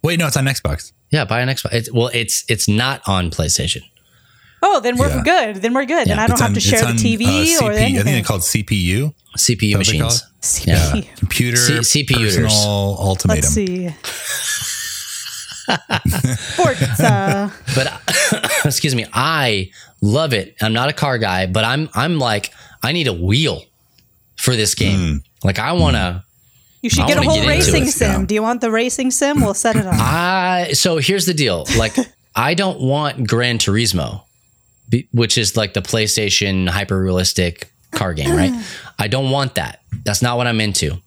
D: Wait, no, it's on Xbox.
C: yeah, buy an Xbox. It's, well, it's it's not on PlayStation.
A: oh, then we're
D: Yeah.
A: good. Then we're good. and I don't
D: It's
A: have
D: on-
A: to share
D: it's
A: the
D: on,
A: TV
D: uh, CP
A: or
D: I think
A: anything.
D: it's called CPU.
C: CPU
D: How's it
C: machines.
A: CP.
D: Computer
C: C- CPUters.
D: Personal Ultimatum.
A: Let's see. Forza.
C: But excuse me, I love it. I'm not a car guy, but I'm I'm like I need a wheel for this
D: Hmm.
C: game. Like I want to.
A: You should
C: I
A: get a
C: wanna
A: whole
C: get into
A: racing
D: this,
A: sim.
D: yeah.
A: Do you want the racing sim? We'll set it up.
C: I so here's the deal. Like I don't want Gran Turismo, be- which is like the PlayStation hyper realistic car game, right? I don't want that. That's not what I'm into.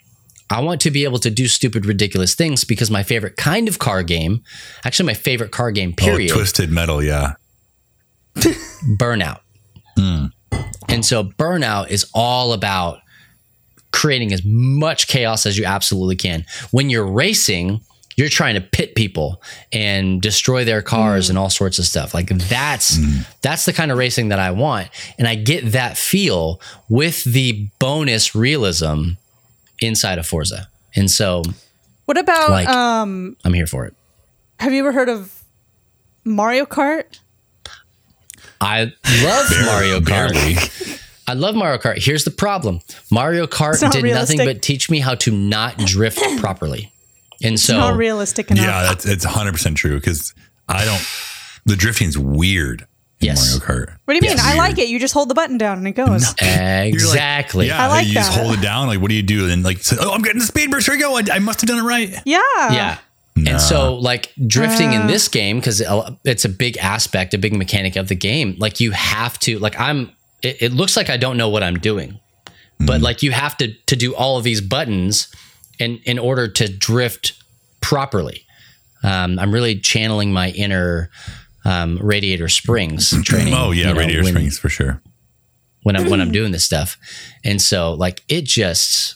C: I want to be able to do stupid, ridiculous things because my favorite kind of car game, actually my favorite car game,
D: Oh,
C: period,
D: Twisted Metal. Yeah.
C: burnout. And so burnout is all about creating as much chaos as you absolutely can. When you're racing, you're trying to pit people and destroy their cars and all sorts of stuff. Like that's that's the kind of racing that I want and I get that feel with the bonus realism inside of Forza. And so
A: What about
C: Like-
A: um
C: I'm here for it.
A: have you ever heard of Mario Kart?
C: I love Mario Kart. I love Mario Kart. Here's the problem Mario Kart
A: not
C: did nothing
A: realistic.
C: but teach me how to not drift properly. And so,
A: Not realistic enough.
D: Yeah, that's it's 100% true because I don't, the drifting's weird in
C: Yes.
D: Mario Kart.
A: What do you mean?
D: It's
A: I
D: weird.
A: like it. You just hold the button down and it goes.
D: You're like-
C: exactly.
D: yeah,
A: I like
D: you just
A: that.
D: hold it down. Like, what do you do? And like, say, oh, I'm getting the speed burst. Here we go. I, I must have done it right.
A: Yeah.
C: Yeah. And so, like drifting in this game, because it's a big aspect, a big mechanic of the game. Like you have to, like I'm. It, it looks like I don't know what I'm doing, but
D: Mm.
C: like you have to to do all of these buttons, in in order to drift properly. Um, I'm really channeling my inner um, Radiator Springs training.
D: Oh, yeah.
C: you know,
D: Radiator
C: when-
D: Springs for sure.
C: when I'm when I'm doing this stuff. And so like it just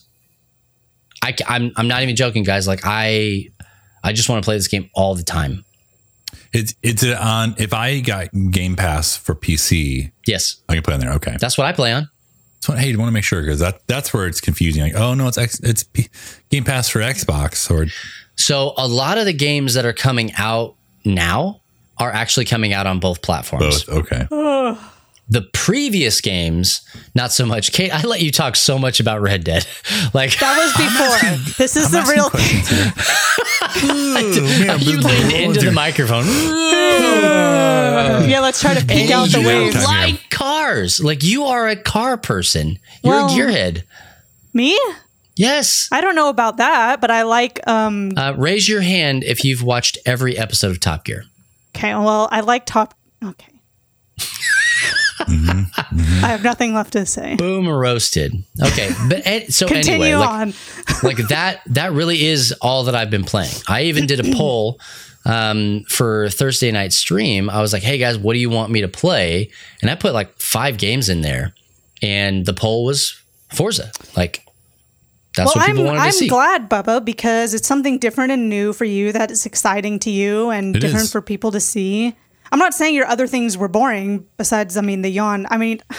C: I am I'm not even joking guys like I I just want to play this game all the time.
D: It's, it's on, if I got Game Pass for PC,
C: Yes.
D: I can play on there. Okay.
C: That's what I play on.
D: So, hey, you want to make sure because that that's where it's confusing. Like, oh no, it's X, it's P- Game Pass for Xbox or
C: So a lot of the games that are coming out now are actually coming out on both platforms.
D: both. Okay,
C: The previous games, not so much. Kate, I let you talk so much about Red Dead. Like
A: That was before. this is the real thing.
C: you leaned into the microphone.
A: Yeah, let's try to peek out the
C: you
A: waves.
C: like cars. Like you are a car person. You're
A: Well-
C: a gearhead.
A: Me?
C: Yes.
A: I don't know about that, but I like um
C: Uh, raise your hand if you've watched every episode of Top Gear.
A: okay, well, I like top okay.
C: Mm-hmm.
A: I have nothing left to say.
C: Boom roasted. Okay, but an- so
A: Continue
C: anyway, like,
A: on.
C: like that that really is all that I've been playing. I even did a poll um, for Thursday night stream. I was like, "Hey guys, what do you want me to play?" And I put like five games in there, and the poll was Forza. Like that's
A: well,
C: what
A: I'm
C: people wanted
A: I'm
C: to see.
A: glad, Bubba, because it's something different and new for you that is exciting to you and
D: It
A: different
D: is.
A: for people to see. I'm not saying your other things were boring. Besides, I mean the yawn. I mean,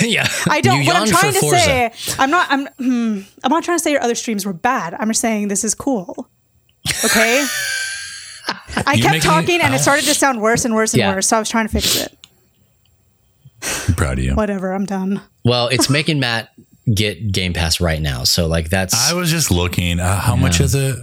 C: yeah,
A: I don't.
C: You
A: what I'm
C: yawned for
A: trying to
C: Forza.
A: say, I'm not. I'm. Hmm, I'm not trying to say your other streams were bad. I'm just saying this is cool. Okay. I
D: You're
A: kept
D: making-
A: talking, and it started to sound worse and worse and
C: Yeah.
A: worse. So I was trying to fix it.
D: I'm proud of you.
A: Whatever. I'm done.
C: Well, it's making Matt get Game Pass right now, so like that's
D: I was just looking. Uh, how much is it?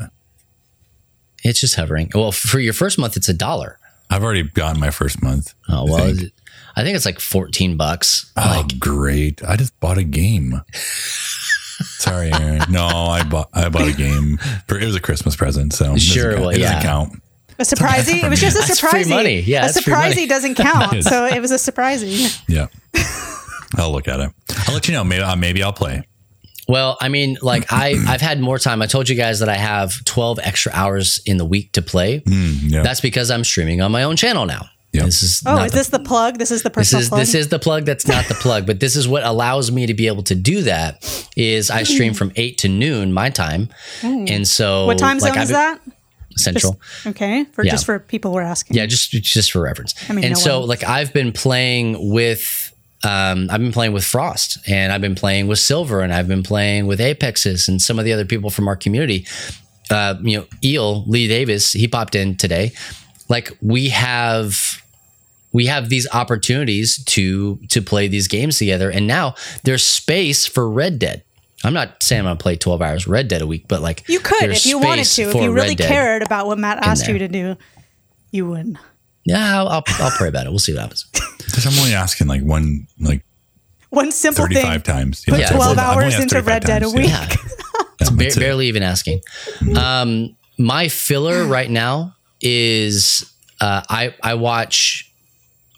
C: it's just hovering. Well, for your first month, it's a dollar.
D: I've already gotten my first month.
C: Oh
D: I
C: well,
D: think.
C: it- I think it's like fourteen bucks.
D: Oh, great! I just bought a game. Sorry, Aaron. No, I bought I bought a game for it was a Christmas present, so it doesn't
C: Sure,
D: count-
C: well,
D: it doesn't
C: yeah.
D: count.
A: A surprisey. It was just a
C: That's free
A: surprisey.
C: money. Yeah,
A: a
C: that's free money.
A: surprisey doesn't count. so it was a surprisey.
D: Yeah, I'll look at it. I'll let you know. Maybe uh, maybe I'll play.
C: Well, I mean, like I I've had more time. I told you guys that I have twelve extra hours in the week to play.
D: Mm. Yeah,
C: That's because I'm streaming on my own channel now.
D: Yeah.
C: This is
A: Oh,
C: not
A: is
C: the-
A: this the plug? This is the
C: this
A: personal
C: is
A: plug.
C: this is the plug that's not the plug, but this is what allows me to be able to do that. Is I stream from eight to noon my time, and so
A: Mm. what time
C: like,
A: zone
C: I've
A: is
C: been-
A: that?
C: Central.
A: Okay, for
C: Yeah.
A: just for people we're asking.
C: Yeah, just just for reference.
A: I mean,
C: and
A: no
C: so
A: one-
C: like I've been playing with um, I've been playing with Frost and I've been playing with Silver and I've been playing with Apexes and some of the other people from our community. Uh, you know, Eel Lee Davis, he popped in today. Like we have we have these opportunities to to play these games together and now there's space for Red Dead. I'm not saying I'm gonna play 12 hours Red Dead a week, but like
A: you could
C: there's
A: if you wanted
C: space
A: to. If
C: for
A: you really
C: Red Dead.
A: cared about what Matt asked you
C: there.
A: to do, you wouldn't.
C: Yeah, I'll, I'll, I'll pray about it. We'll see what happens.
D: because I'm only asking like one like
A: One simple
D: thirty
A: thing.
D: five times.
A: Put
D: Yeah,
A: 12
D: I've only
A: hours
D: asked
A: into
D: 35
A: Red Dead a
D: times,
A: week.
C: Yeah. it's ba-
D: that's it.
C: barely even asking. Um, my filler right now is uh, I I watch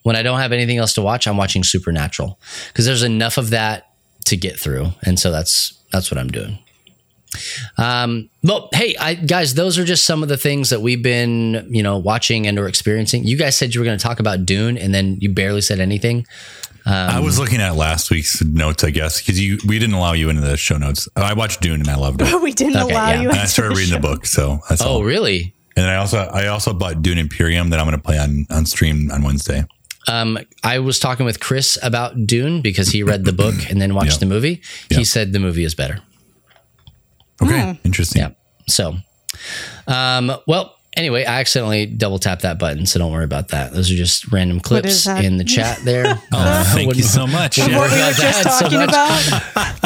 C: when I don't have anything else to watch. I'm watching Supernatural because there's enough of that to get through, and so that's that's what I'm doing. Um, well, hey, I, guys, those are just some of the things that we've been, you know, watching and or experiencing. You guys said you were going to talk about Dune, and then you barely said anything.
D: I was
C: um,
D: looking at last week's notes, I guess, because you we didn't allow you into the show notes. I watched Dune and I loved it.
A: we didn't
C: Okay,
A: allow
C: yeah.
A: you.
D: And I
A: into
D: started reading the
A: show.
D: book, so that's all.
C: Oh, really?
D: And I also I also bought Dune Imperium that I'm going to play on on stream on Wednesday.
C: um, I was talking with Chris about Dune because he read the book and then watched
D: Yeah.
C: the movie.
D: Yeah.
C: He said the movie is better.
D: Okay, interesting.
C: Hmm. Yeah. So, um, well, anyway, I accidentally double tapped that button, so don't worry about that. Those are just random
A: is
C: clips
A: that?
C: in the chat there.
D: Oh,
C: Uh,
D: thank
C: wouldn't-
D: you so much.
C: Yeah.
A: What we
C: Yeah,
A: were just
C: that's so
A: talking
C: much.
A: about.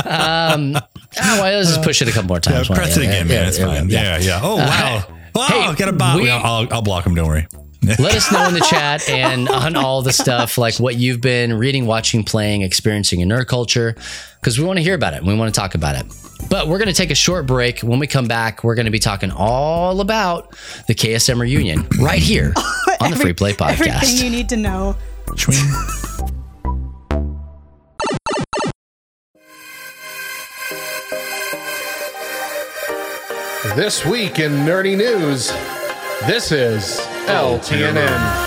C: Oh, well, let's just push it a couple more
D: Yeah,
C: times. Why
D: press
C: not?
D: it again,
C: Yeah,
D: man. It's
C: yeah,
D: fine.
C: yeah. Uh,
D: Yeah, yeah. Oh wow, wow, got a bot.
C: we-
D: Yeah, I'll, I'll block him. Don't worry.
C: Let us know in the chat and on all the stuff like what you've been reading, watching, playing, experiencing in nerd culture, because we want to hear about it. And we want to talk about it. But we're going to take a short break. When we come back, we're going to be talking all about the KSM reunion right here on the Free Play
A: Everything
C: Podcast.
A: you need to know.
D: Schwing.
F: This week in nerdy news, this is LTNM.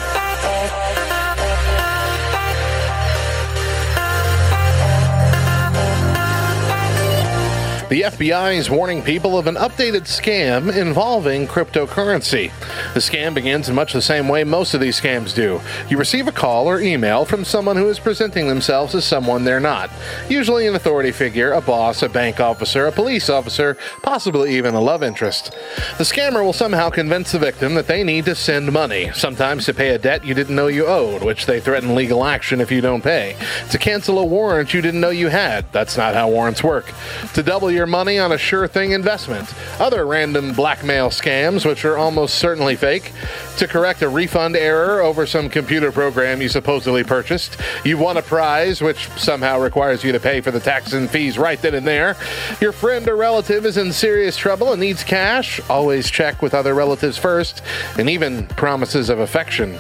F: The FBI is warning people of an updated scam involving cryptocurrency. The scam begins in much the same way most of these scams do. You receive a call or email from someone who is presenting themselves as someone they're not, usually an authority figure, a boss, a bank officer, a police officer, possibly even a love interest. The scammer will somehow convince the victim that they need to send money, sometimes to pay a debt you didn't know you owed, which they threaten legal action if you don't pay, to cancel a warrant you didn't know you had, that's not how warrants work, to double your money on a sure thing investment, other random blackmail scams, which are almost certainly fake, to correct a refund error over some computer program you supposedly purchased, you won a prize, which somehow requires you to pay for the taxes and fees right then and there, your friend or relative is in serious trouble and needs cash, always check with other relatives first, and even promises of affection.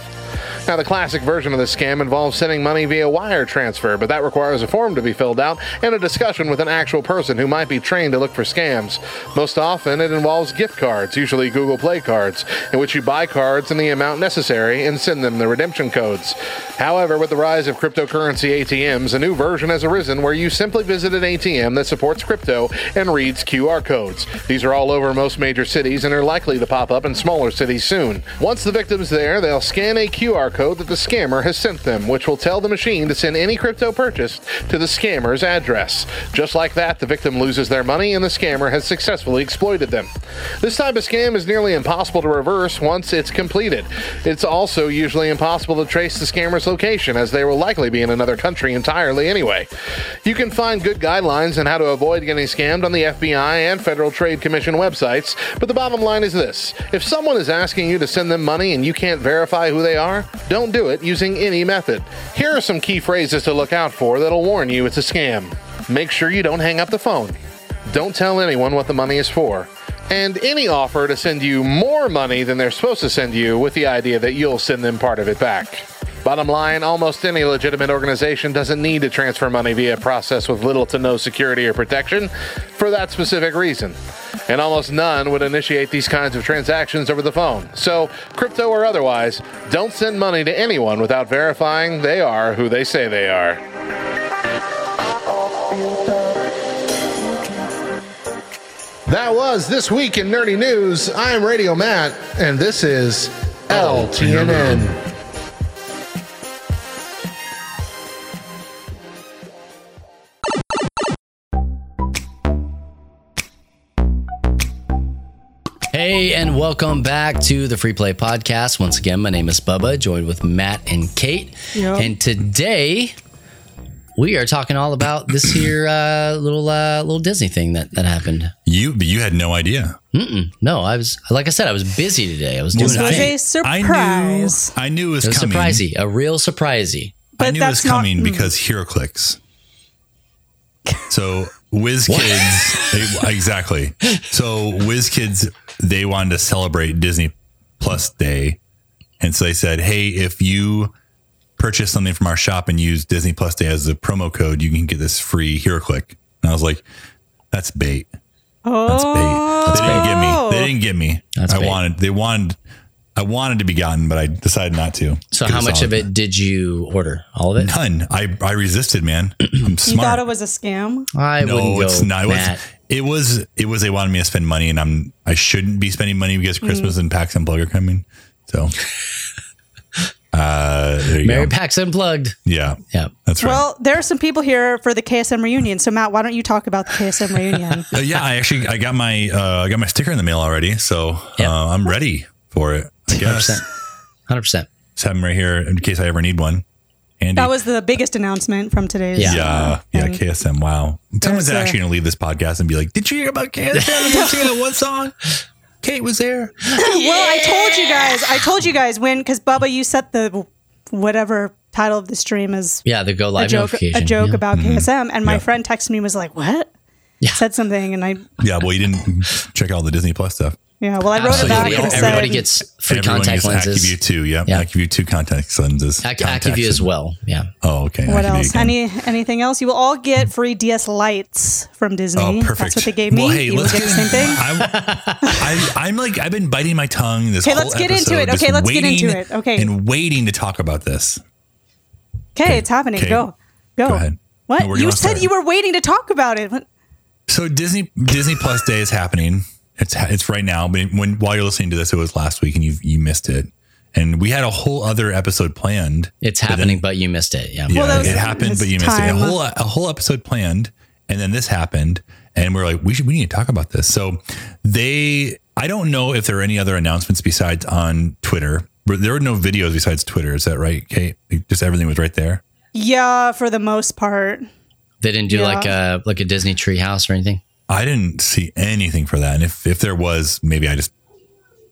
F: Now, the classic version of this scam involves sending money via wire transfer, but that requires a form to be filled out and a discussion with an actual person who might be trained to look for scams. Most often, it involves gift cards, usually Google Play cards, in which you buy cards in the amount necessary and send them the redemption codes. However, with the rise of cryptocurrency ATMs, a new version has arisen where you simply visit an ATM that supports crypto and reads QR codes. These are all over most major cities and are likely to pop up in smaller cities soon. Once the victim's there, they'll scan a QR code that the scammer has sent them, which will tell the machine to send any crypto purchased to the scammer's address. Just like that, the victim loses their money and the scammer has successfully exploited them. This type of scam is nearly impossible to reverse once it's completed. It's also usually impossible to trace the scammer's location as they will likely be in another country entirely anyway. You can find good guidelines on how to avoid getting scammed on the FBI and Federal Trade Commission websites, but the bottom line is this if someone is asking you to send them money and you can't verify who they are, don't do it using any method. Here are some key phrases to look out for that'll warn you it's a scam. Make sure you don't hang up the phone. Don't tell anyone what the money is for. And any offer to send you more money than they're supposed to send you with the idea that you'll send them part of it back. Bottom line, almost any legitimate organization doesn't need to transfer money via a process with little to no security or protection for that specific reason. And almost none would initiate these kinds of transactions over the phone. So, crypto or otherwise, don't send money to anyone without verifying they are who they say they are. That was This Week in Nerdy News. I am Radio Matt, and this is LTNN.
C: Hey, and welcome back to the Free Play Podcast. Once again, my name is Bubba, joined with Matt and Kate.
A: Yep.
C: And today we are talking all about this here uh, little uh, little Disney thing that, that happened.
D: You but you had no idea.
C: No, I was like I said, I was busy today. I was doing
A: This
C: a
A: was
C: thing.
A: a surprise.
D: I knew, I knew it was,
C: It was
D: coming.
C: surprisey, a real surprisey.
D: I
A: But
D: knew it was
A: that's not- Hmm.
D: coming because HeroClix. So Whiz Kids, they- exactly. So Whiz Kids, they wanted to celebrate Disney Plus Day, and so they said, "Hey, if you purchase something from our shop and use Disney Plus Day as the promo code, you can get this free HeroClick." And I was like, "That's bait. That's bait.
A: Oh,
D: they didn't get me. They didn't get me.
C: That's
D: I
C: bait.
D: wanted. They wanted. I wanted to be gotten, but I decided not to.
C: So
D: 'Cause
C: how
D: it's
C: much
D: all-
C: of it did you order? All of it?
D: None. I, I resisted, man. I'm
A: You
D: smart.
A: thought it was a scam?
C: I wouldn't
D: no,
C: go.
D: it's not. It was,
C: Matt.
D: it was. It was. They wanted me to spend money, and I'm. I shouldn't be spending money because Christmas and Pax and Plug are coming. So, uh, there you
C: Mary
D: go.
C: Pax Unplugged.
D: yeah,
C: Yeah.
D: that's right.
A: Well, there are some people here for the KSM reunion. So, Matt, why don't you talk about the KSM reunion?
D: Uh, yeah, I actually I got my uh, I got my sticker in the mail already, so
C: Yep.
D: uh, I'm ready for it. I guess
C: 100%. 100%.
D: just have them right here in case I ever need one. Andy.
A: that was the biggest announcement from today's.
C: Yeah. uh,
D: yeah, yeah, KSM. Wow, someone's
A: There's a-
D: actually gonna leave this podcast and be like, "Did you hear about KSM? Did you see that one song? Kate was there."
A: Well, I told you guys. I told you guys when because Bubba, you set the whatever title of the stream is
C: Yeah, the go live
A: a joke.
C: notification.
A: A joke
C: Yeah.
A: about KSM, and
D: Mm-hmm.
A: my
D: Yeah.
A: friend texted me and was like, "What?"
C: Yeah.
A: Said something, and I
D: Yeah, well, you didn't check out all the Disney Plus stuff.
A: yeah. Well, I wrote it back
C: Absolutely.
A: and
D: Everybody-
A: said,
C: Everybody gets free contact
D: uses
C: lenses.
D: AccuView two, yep.
C: Yeah.
D: AccuView two contact lenses.
C: Ac-
D: Contacts
C: AccuView as
D: and-
C: well. Yeah.
D: Oh, okay.
A: "What
D: AccuView
A: else?
D: again.
A: Any anything else? You will all get free DS lights from Disney.
D: Oh, perfect.
A: That's what they gave me.
D: Well, hey,
A: you will
D: let's
A: get the
D: get
A: same
D: in-
A: thing.
D: I, I'm like I've been biting my tongue this
A: Okay,
D: whole
A: let's get into
D: episode,
A: it.
D: just
A: Okay, let's get into
D: waiting
A: it. Okay.
D: and waiting to talk about this.
A: Okay, it's happening.
D: okay.
A: Go, go.
D: Go ahead.
A: What
D: No, we're
A: you
D: gonna
A: said?
D: start.
A: You were waiting to talk about it. What?
D: So Disney Disney Plus Day is happening. It's it's right now, but when while you're listening to this, it was last week, and you you missed it. And we had a whole other episode planned.
C: It's happening, but you missed it. Yeah.
D: Yeah,
A: Well, that was-
D: it happened, but you missed
A: time.
D: it. A whole a whole episode planned, and then this happened, and we are like, we should we need to talk about this. So they, I don't know if there are any other announcements besides on Twitter. But There were no videos besides Twitter. Is that right, Kate? Like, Just everything was right there.
A: Yeah, for the most part.
C: They didn't do
A: Yeah.
C: like a like a Disney treehouse or anything.
D: I didn't see anything for that, and if if there was, maybe I just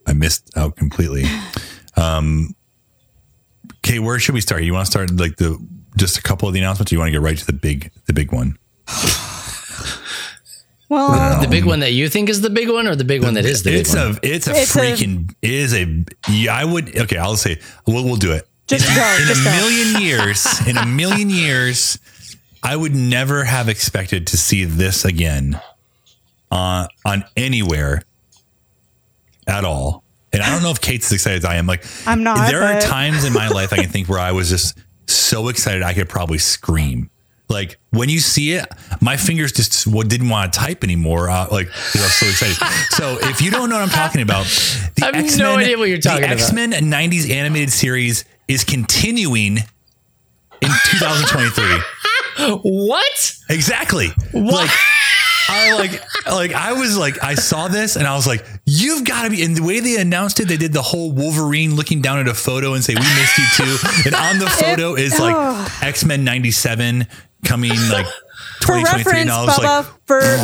D: I missed out completely. Um, Kate, where should we start? You want to start like the just a couple of the announcements? Or you want to get right to the big the big one?
A: Well,
C: The big one that you think is the big one, or the big one that is the big
D: it's
C: one.
D: a it's a
A: It's a-
D: freaking it is a yeah, I would okay I'll say we'll we'll do it
A: Just
D: in,
A: go.
D: in
A: just
D: a
A: go.
D: million years, in a million years, I would never have expected to see this again uh, on anywhere at all. And I don't know if Kate's as excited as I am. Like
A: I'm not,
D: There are
A: but-
D: times in my life I can think where I was just so excited I could probably scream. Like when you see it, my fingers just well, didn't want to type anymore. Uh, like 'cause I was so excited. so if you don't know what I'm talking about, the
C: I have no idea what you're talking
D: the
C: about.
D: X-Men 90s animated series is continuing in 2023.
C: What?
D: Exactly. Like I like like I was like I saw this and I was like, you've got to be. And the way they announced it, they did the whole Wolverine looking down at a photo and say, "We missed you too." And on the photo is like X Men '97 coming like
A: Oh. For
D: 2023.
A: reference,
D: And I was like,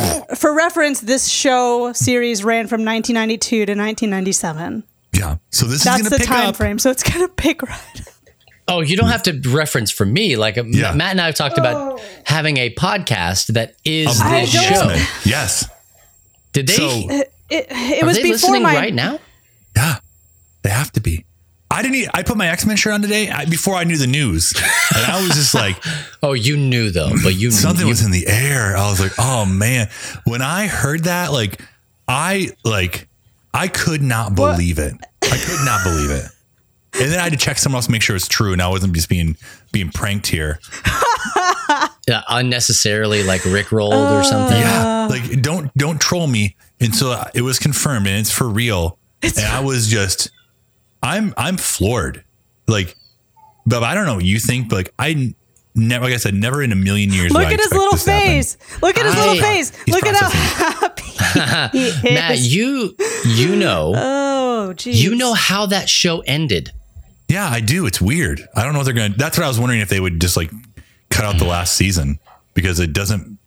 A: Bubba, for for reference, this show series ran from 1992 to 1997.
D: yeah. So this is
A: That's
D: gonna
A: the
D: pick
A: time
D: up.
A: frame, so it's gonna pick right.
C: Oh, you don't have to reference for me. Like M-
D: Yeah.
C: Matt and I have talked about
A: Oh.
C: having a podcast that is
D: of
C: this
D: the
A: don't-
C: show.
D: X-Men. Yes.
C: Did they?
D: So-
C: are
A: It, it was
C: they
A: before
C: listening
A: my
C: right now?
D: Yeah. They have to be. I didn't. e- I put my X Men shirt on today I, before I knew the news, and I was just like,
C: Oh, you knew though, but you
D: something
C: you,
D: was in the air. I was like, oh man. When I heard that, like I like I could not believe it. I could not believe it. And then I had to check someone else to make sure it's true and I wasn't just being being pranked here.
C: yeah, uh, unnecessarily like Rick rolled
A: Oh,
C: or
A: Uh.
C: something.
D: Yeah. Like don't don't troll me. And so it was confirmed and it's for real. and I was just I'm I'm floored. Like but I don't know what you think, but like I n- never like I said, never in a million years. would
A: Look
D: I
A: at his
D: expect
A: little
D: this to happen. Ah,
A: face. Look at his
C: I-
A: little face.
D: He's
A: Look at how
D: processing.
A: happy he is.
C: Matt, you you know
A: oh, geez.
C: you know how that show ended.
D: Yeah, I do. It's weird. I don't know if they're going to. That's what I was wondering if they would just like cut out the last season because it doesn't.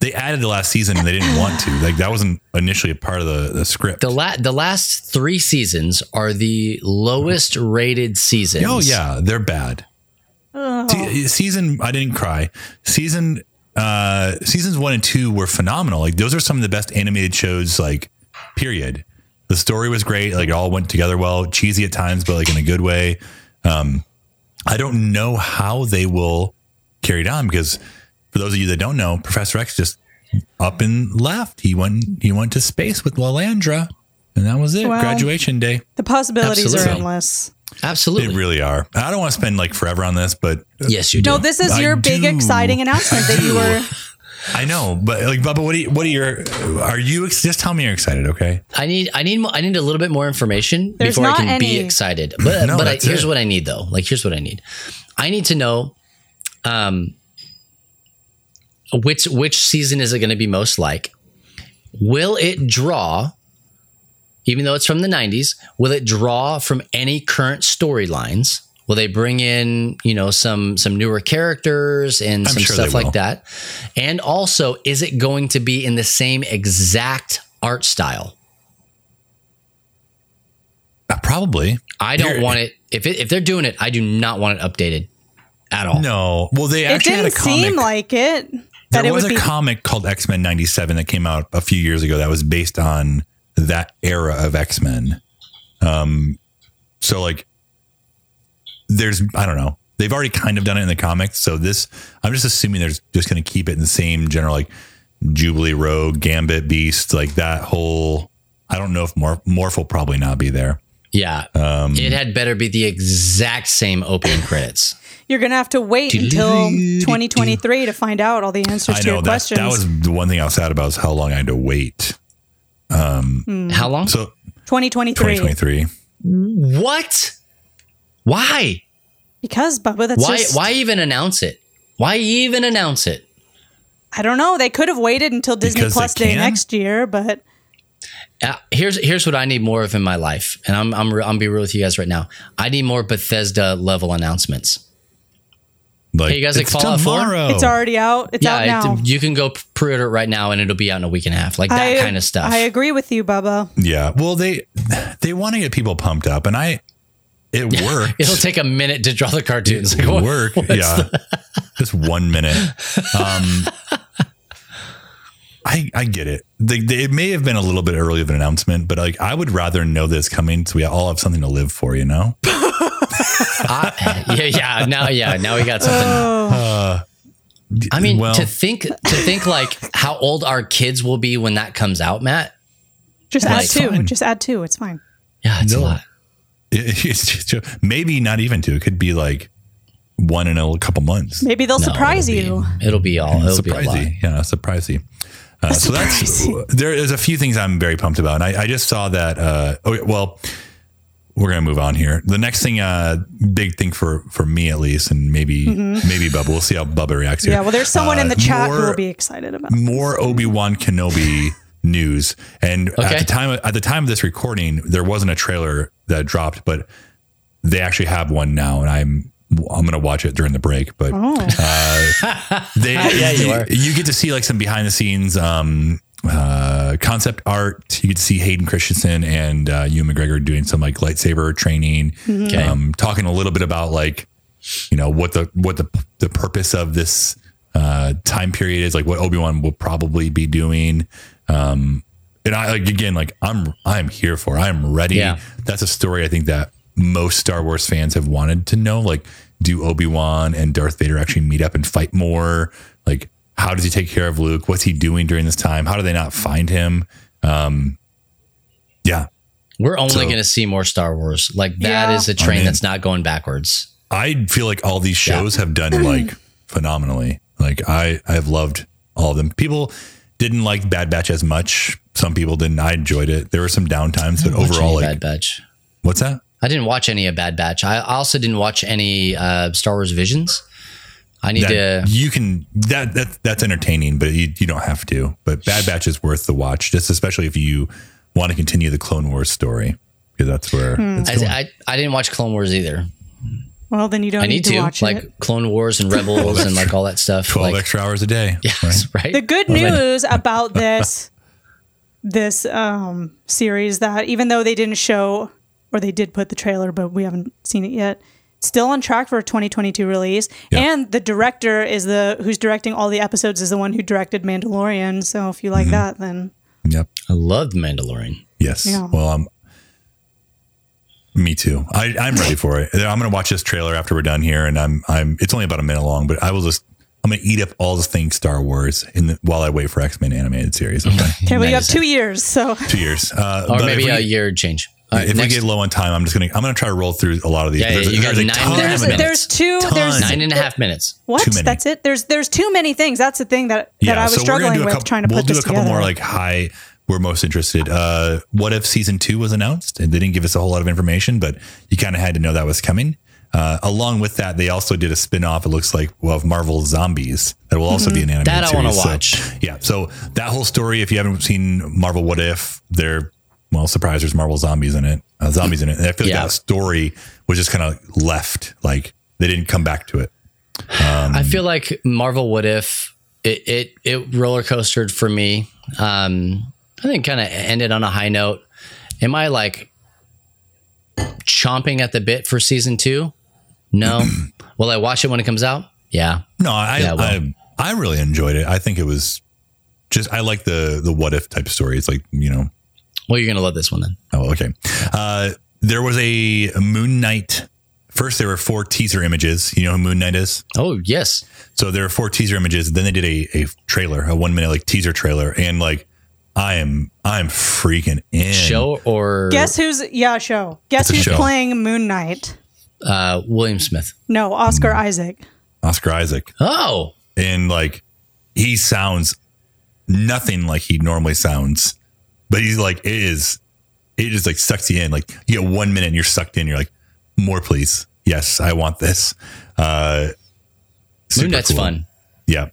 D: They added the last season and they didn't want to. Like that wasn't initially a part of the, the script.
C: The la- the last three seasons are the lowest rated seasons.
D: oh yeah, they're bad. Se- season I didn't cry. Season uh seasons 1 and 2 were phenomenal. Like those are some of the best animated shows like period. The story was great. Like it all went together well. Cheesy at times, but like in a good way. Um, I don't know how they will carry it on because for those of you that don't know, Professor X just up and left. He went he went to space with Lalandra and that was it.
A: Wow.
D: Graduation day.
A: the possibilities are
C: Absolutely.
A: endless.
D: They
C: absolutely.
D: really are. I don't want to spend like forever on this, but
C: yes, you do.
A: No, this is
D: I
A: your big
D: do.
A: exciting announcement that you were.
D: I know. But like Bubba, what do you, what are your are you ex- just tell me you're excited, okay?
C: I need I need mo- I need a little bit more information
A: There's
C: before I
A: not
C: can be
A: any.
C: excited. But
D: No,
C: but I,
D: that's
C: here's
D: it.
C: what I need though. Like here's what I need. I need to know um which which season is it going to be most like? Will it draw even though it's from the 90s, will it draw from any current storylines? Will they bring in, you know, some some newer characters and
D: I'm
C: some
D: sure
C: stuff
D: they
C: like
D: will.
C: that? And also, is it going to be in the same exact art style?
D: Uh, probably.
C: I don't
D: You're-
C: want it if it, if they're doing it. I do not want it updated at all.
D: No. Well, they
A: It
D: actually
A: didn't
D: had a comic.
A: seem like it. That
D: there
A: it
D: was
A: would
D: a
A: be.
D: comic called X Men '97 that came out a few years ago that was based on that era of X Men. Um, so like, there's I don't know. They've already kind of done it in the comics, so this I'm just assuming they're just going to keep it in the same general like Jubilee Rogue, Gambit, Beast, like that whole. I don't know if Morph, Morph will probably not be there.
C: Yeah,
D: Um,
C: it had better be the exact same opening credits.
A: You're gonna have to wait until 2023 to find out all the answers
D: I
A: to
D: know
A: your
D: that
A: questions.
D: that was the one thing I was sad about is how long I had to wait.
C: How long?
D: So
A: 2023.
D: 2023.
C: what? Why?
A: Because Bubba, that's
C: Why?
A: just.
C: why even announce it? Why even announce it?
A: I don't know. They could have waited until Disney
D: Because they
A: Plus Day
D: can?
A: next year, but
C: Uh, here's here's what I need more of in my life, and I'm I'm re- I'm be real with you guys right now. I need more Bethesda level announcements.
D: Like
C: Hey, you guys like
D: it's
C: Fallout 4?
D: tomorrow.
A: it's already out. It's out
C: yeah,
A: now.
C: it- you can go pre-order it right now, and it'll be out in a week and a half, like that
A: I-
C: kind of stuff.
A: I agree with you, Bubba.
D: Yeah. Well, they they want to get people pumped up, and I it worked.
C: It'll take a minute to draw the cartoons. Like,
D: it
C: what-
D: worked. Yeah. Just one minute. Um, I I get it. They, they, it may have been a little bit early of an announcement, but like I would rather know this coming, so we all have something to live for. You know.
C: I, yeah, yeah. Now, yeah. Now we got something. I mean,
D: well-
C: to think, to think like how old our kids will be when that comes out, Matt.
G: Just
C: Right.
G: add two.
D: Fine.
G: Just add two. It's fine.
C: Yeah, it's a
D: No.
C: lot.
D: It- it's just, maybe not even two. It could be like one in a couple months.
G: Maybe they'll
C: No,
G: surprise
C: it'll be-
G: you.
C: It'll be
D: Oh,
C: all. It'll be a lot.
D: surprisey. Yeah, surprisey. Uh, so that's there is a few things I'm very pumped about, and I, I just saw that. Uh, oh, well, we're gonna move on here. The next thing, uh, big thing for for me at least, and maybe maybe Bubba. We'll see how Bubba reacts. Here.
G: Mm-hmm. Yeah. Well, there's someone
D: Uh,
G: in the chat who
D: more-
G: will be excited about.
D: more Obi Wan Kenobi news. And
C: Okay.
D: at the time at the time of this recording, there wasn't a trailer that dropped, but they actually have one now, and I'm I'm gonna watch it during the break.
G: Oh,
D: But
A: Oh,
D: uh, they
C: Yeah, you
D: you,
C: are.
D: you get to see like some behind the scenes um, uh, concept art. You get to see Hayden Christensen and uh, Ewan McGregor doing some like lightsaber training.
C: Okay.
D: Um, talking a little bit about like you know what the what the the purpose of this uh, time period is, like what Obi Wan will probably be doing. Um, and I like again, like I'm I'm here for. it. I'm ready.
C: Yeah.
D: That's a story I think that most Star Wars fans have wanted to know. Like, do Obi Wan and Darth Vader actually meet up and fight more? Like, how does he take care of Luke? What's he doing during this time? How do they not find him? Um, yeah,
C: We're only
D: So-
C: going to see more Star Wars. Like that
G: Yeah.
C: is a train
D: mean-
C: that's not going backwards.
D: I feel like all these shows have done like phenomenally. Like I I've loved all of them. People didn't like Bad Batch as much. Some people didn't. I enjoyed it. There were some downtimes, but
C: Watch
D: overall,
C: any Bad
D: like
C: Batch.
D: what's that?
C: I didn't watch any of Bad Batch. I also didn't watch any uh, Star Wars Visions. I need
D: that
C: to.
D: you can that that that's entertaining, but you you don't have to. But Bad Batch is worth the watch, just especially if you want to continue the Clone Wars story because that's where it's
C: I,
D: going.
C: I, I didn't watch Clone Wars either.
G: Well, then you don't
C: I need to
G: watch
C: like
G: it.
C: Clone Wars and Rebels and like all that stuff.
D: twelve
C: Like,
D: extra hours a day.
C: yes, right.
G: The good news about this this um, series that even though they didn't show or they did put the trailer, but we haven't seen it yet. Still on track for a 2022 release, and the director is the who's directing all the episodes is the one who directed Mandalorian. So if you
D: Mm-hmm.
G: like that, then
D: Yep.
C: I love The Mandalorian.
D: Yes.
G: Yeah.
D: Well, um, me too. I, I'm ready for it. I'm going to watch this trailer after we're done here, and I'm I'm. It's only about a minute long, but I will just. I'm going to eat up all the things Star Wars in the, while I wait for X Men animated series. Okay,
G: okay, well you have
C: Nice.
G: two years, so
D: two years, uh,
C: or
D: but
C: maybe
D: if we,
C: a year change. All right,
D: if we
C: next-
D: get low on time, I'm just going to. I'm going to try to roll through a lot of these.
C: Yeah, yeah,
D: There's a-
C: you got
D: there's a
C: nine
D: ton of
C: minutes.
G: there's
D: them.
G: there's two
D: Tons.
G: there's
C: nine and a half minutes.
G: what
D: Too many.
G: that's it there's there's too many things. That's the thing that that I was
D: so we're gonna
G: struggling
D: do a
G: with
D: couple-
G: trying to
D: We'll
G: put
D: do
G: this
D: a couple
G: together.
D: more like high. We're most interested. Uh, what if season two was announced? And they didn't give us a whole lot of information, but you kind of had to know that was coming. Uh, along with that, they also did a spin off. It looks like well, of Marvel Zombies that will also be an
G: Mm-hmm.
D: animated
C: That I wanna
D: series. So,
C: watch.
D: yeah, so that whole story. If you haven't seen Marvel What If, they're well, surprise. There's Marvel Zombies in it. Uh, zombies in it. And I feel like
C: Yeah.
D: that story was just kind of left. Like they didn't come back to it. Um,
C: I
D: Mm-hmm.
C: feel like Marvel What If it it, it roller coastered for me. Um, I think kind of ended on a high note. Am I like chomping at the bit for season two? No. Will I watch it when it comes out? Yeah.
D: No, I,
C: Yeah, well-
D: I I really enjoyed it. I think it was just I like the the what if type story. It's like you know
C: Well, you're gonna love this one then.
D: oh okay. Uh, there was a Moon Knight. First, there were four teaser images. You know who Moon Knight is.
C: Oh yes,
D: So there were four teaser images. Then they did a a trailer, a one minute like teaser trailer, and like I am I'm freaking in.
C: show or
G: Guess who's yeah show. Guess
D: It's a
G: who's
D: show.
G: playing Moon Knight?
C: uh, William Smith.
G: No, Oscar Isaac.
D: Oscar Isaac.
C: Oh,
D: and like he sounds nothing like he normally sounds, but he's like it is, it is like sucks you in. Like you get one minute and you're sucked in. You're like, more please, yes, I want this. Uh, super
C: Moon Knight's
D: cool.
C: fun.
D: Yeah.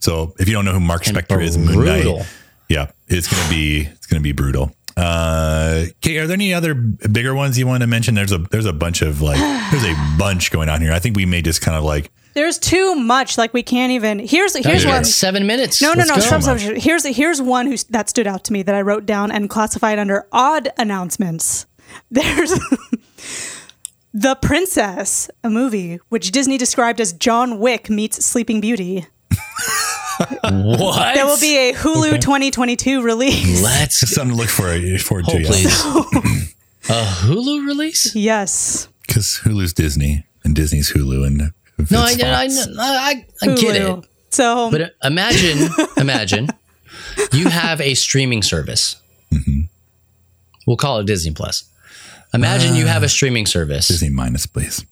D: So if you don't know who Mark
C: And
D: Spector is, Moon
C: brutal.
D: Knight, yeah, it's gonna be it's gonna be brutal. Uh, Kate, are there any other b- bigger ones you want to mention? There's a there's a bunch of like there's a bunch going on here. I think we may just kind of like
G: There's too much. Like we can't even. Here's here's
C: You got
G: one.
C: seven minutes.
G: No, no,
C: Let's
G: no.
C: go.
G: stop, stop, stop. Here's here's one who's that stood out to me that I wrote down and classified under odd announcements. There's the Princess, a movie which Disney described as John Wick meets Sleeping Beauty.
C: What?
G: There will be a Hulu 2022 release.
C: Let's
D: something to look for forward
C: hold
D: to. yeah.
C: please. a Hulu release?
G: Yes.
D: Because Hulu's Disney. and Disney's Hulu and
C: No, I,
D: Vince
C: I, I,
D: Fox.
C: I, I get
G: Hulu.
C: it.
G: So
C: But imagine, imagine you have a streaming service.
D: Mm-hmm.
C: We'll call it Disney Plus. Imagine you have a streaming service.
D: Ah. Disney minus, please.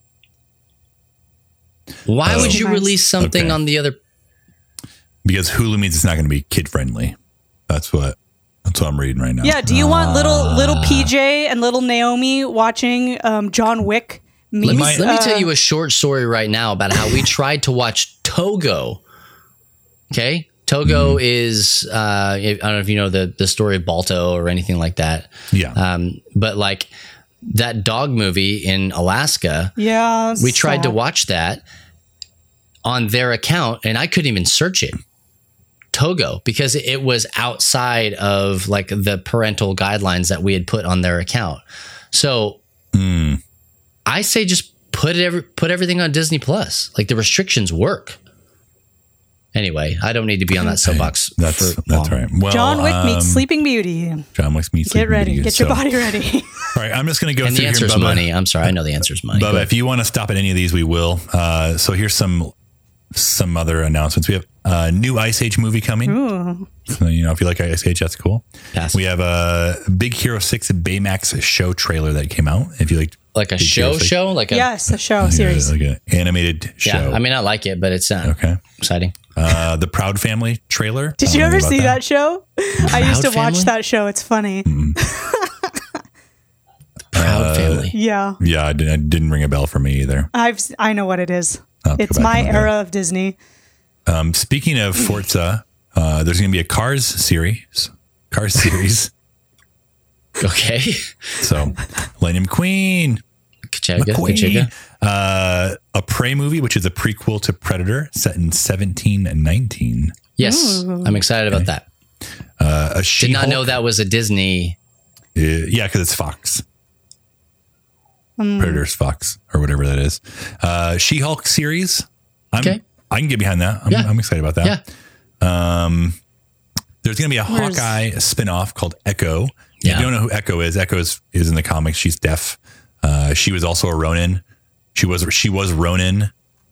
C: Why would you
G: Minus.
C: release something
D: Okay.
C: on the other?
D: Because Hulu means it's not going to be kid friendly. That's what that's what I'm reading right now.
G: yeah, do you want little little
C: uh,
G: PJ and little Naomi watching um, John Wick?
C: Let
G: Meets,
C: me, let me
G: uh,
C: tell you a short story right now about how we tried to watch Togo. Okay, Togo
D: Mm-hmm.
C: is uh, I don't know if you know the the story of Balto or anything like that.
D: Yeah.
C: Um, but like that dog movie in Alaska,
G: yeah,
C: we tried to
G: sad.
C: watch that on their account and I couldn't even search it. Togo because it was outside of like the parental guidelines that we had put on their account. So
D: Hmm.
C: I say just put every, put everything on Disney Plus. Like the restrictions work. Anyway, I don't need to be on that soapbox.
D: that's
C: for long.
D: that's right. Well,
G: John Wick meets
D: um,
G: Sleeping Beauty.
D: John Wick meets.
G: Get
D: Sleeping
G: ready.
D: Beauty.
G: Get your
D: So-
G: body ready.
D: All right, I'm just going to go
C: And
D: through
C: the answer
D: here,
C: is
D: Bubba.
C: money. I'm sorry, I know the answer is money.
D: Bubba, if you want to stop at any of these, we will. Uh, so here's some some other announcements. We have a new Ice Age movie coming. So, you know, if you like Ice Age, that's cool.
C: Pass.
D: We have a Big Hero Six Baymax show trailer that came out. If you like,
C: like a
D: Big
C: show,
D: Hero 6.
C: show, like a
G: yes, a show series.
D: Yeah, like an animated
C: yeah.
D: show.
C: I mean, I like it, but it's not
D: okay.
C: exciting.
D: Uh, the Proud Family trailer. I
G: Did you
D: don't know
G: ever
D: about
G: see that, show? I used to
C: Proud
G: watch
C: Family?
G: that show. It's funny.
D: Hmm. Uh,
C: Proud family.
G: Yeah,
D: Yeah, it didn't, it didn't ring a bell for me either.
G: I've s- I know what it is.
D: have to
G: It's
D: go back
G: my
D: and look at
G: era of Disney.
D: Um, speaking of Forza, uh, there's going to be a Cars series. Cars series.
C: Okay.
D: so, Millennium Queen.
C: Kachaga,
D: McQueen,
C: Kachaga.
D: uh, a Prey movie, which is a prequel to Predator, set in 1719.
C: Yes, I'm excited about that.
D: Uh, a
C: Did not know that was a Disney.
D: Uh, yeah, because it's Fox.
C: Hmm.
D: Predator's Fox or whatever that is. Uh, she Hulk series. I'm,
C: Okay.
D: I can get behind that. I'm,
C: Yeah.
D: I'm excited about that.
C: Yeah,
D: There's going to be a
G: Where's-
D: Hawkeye spinoff called Echo.
C: Yeah.
D: You don't know who Echo is. Echo is, is in the comics. She's deaf. Uh, she was also a Ronin. She was she was Ronin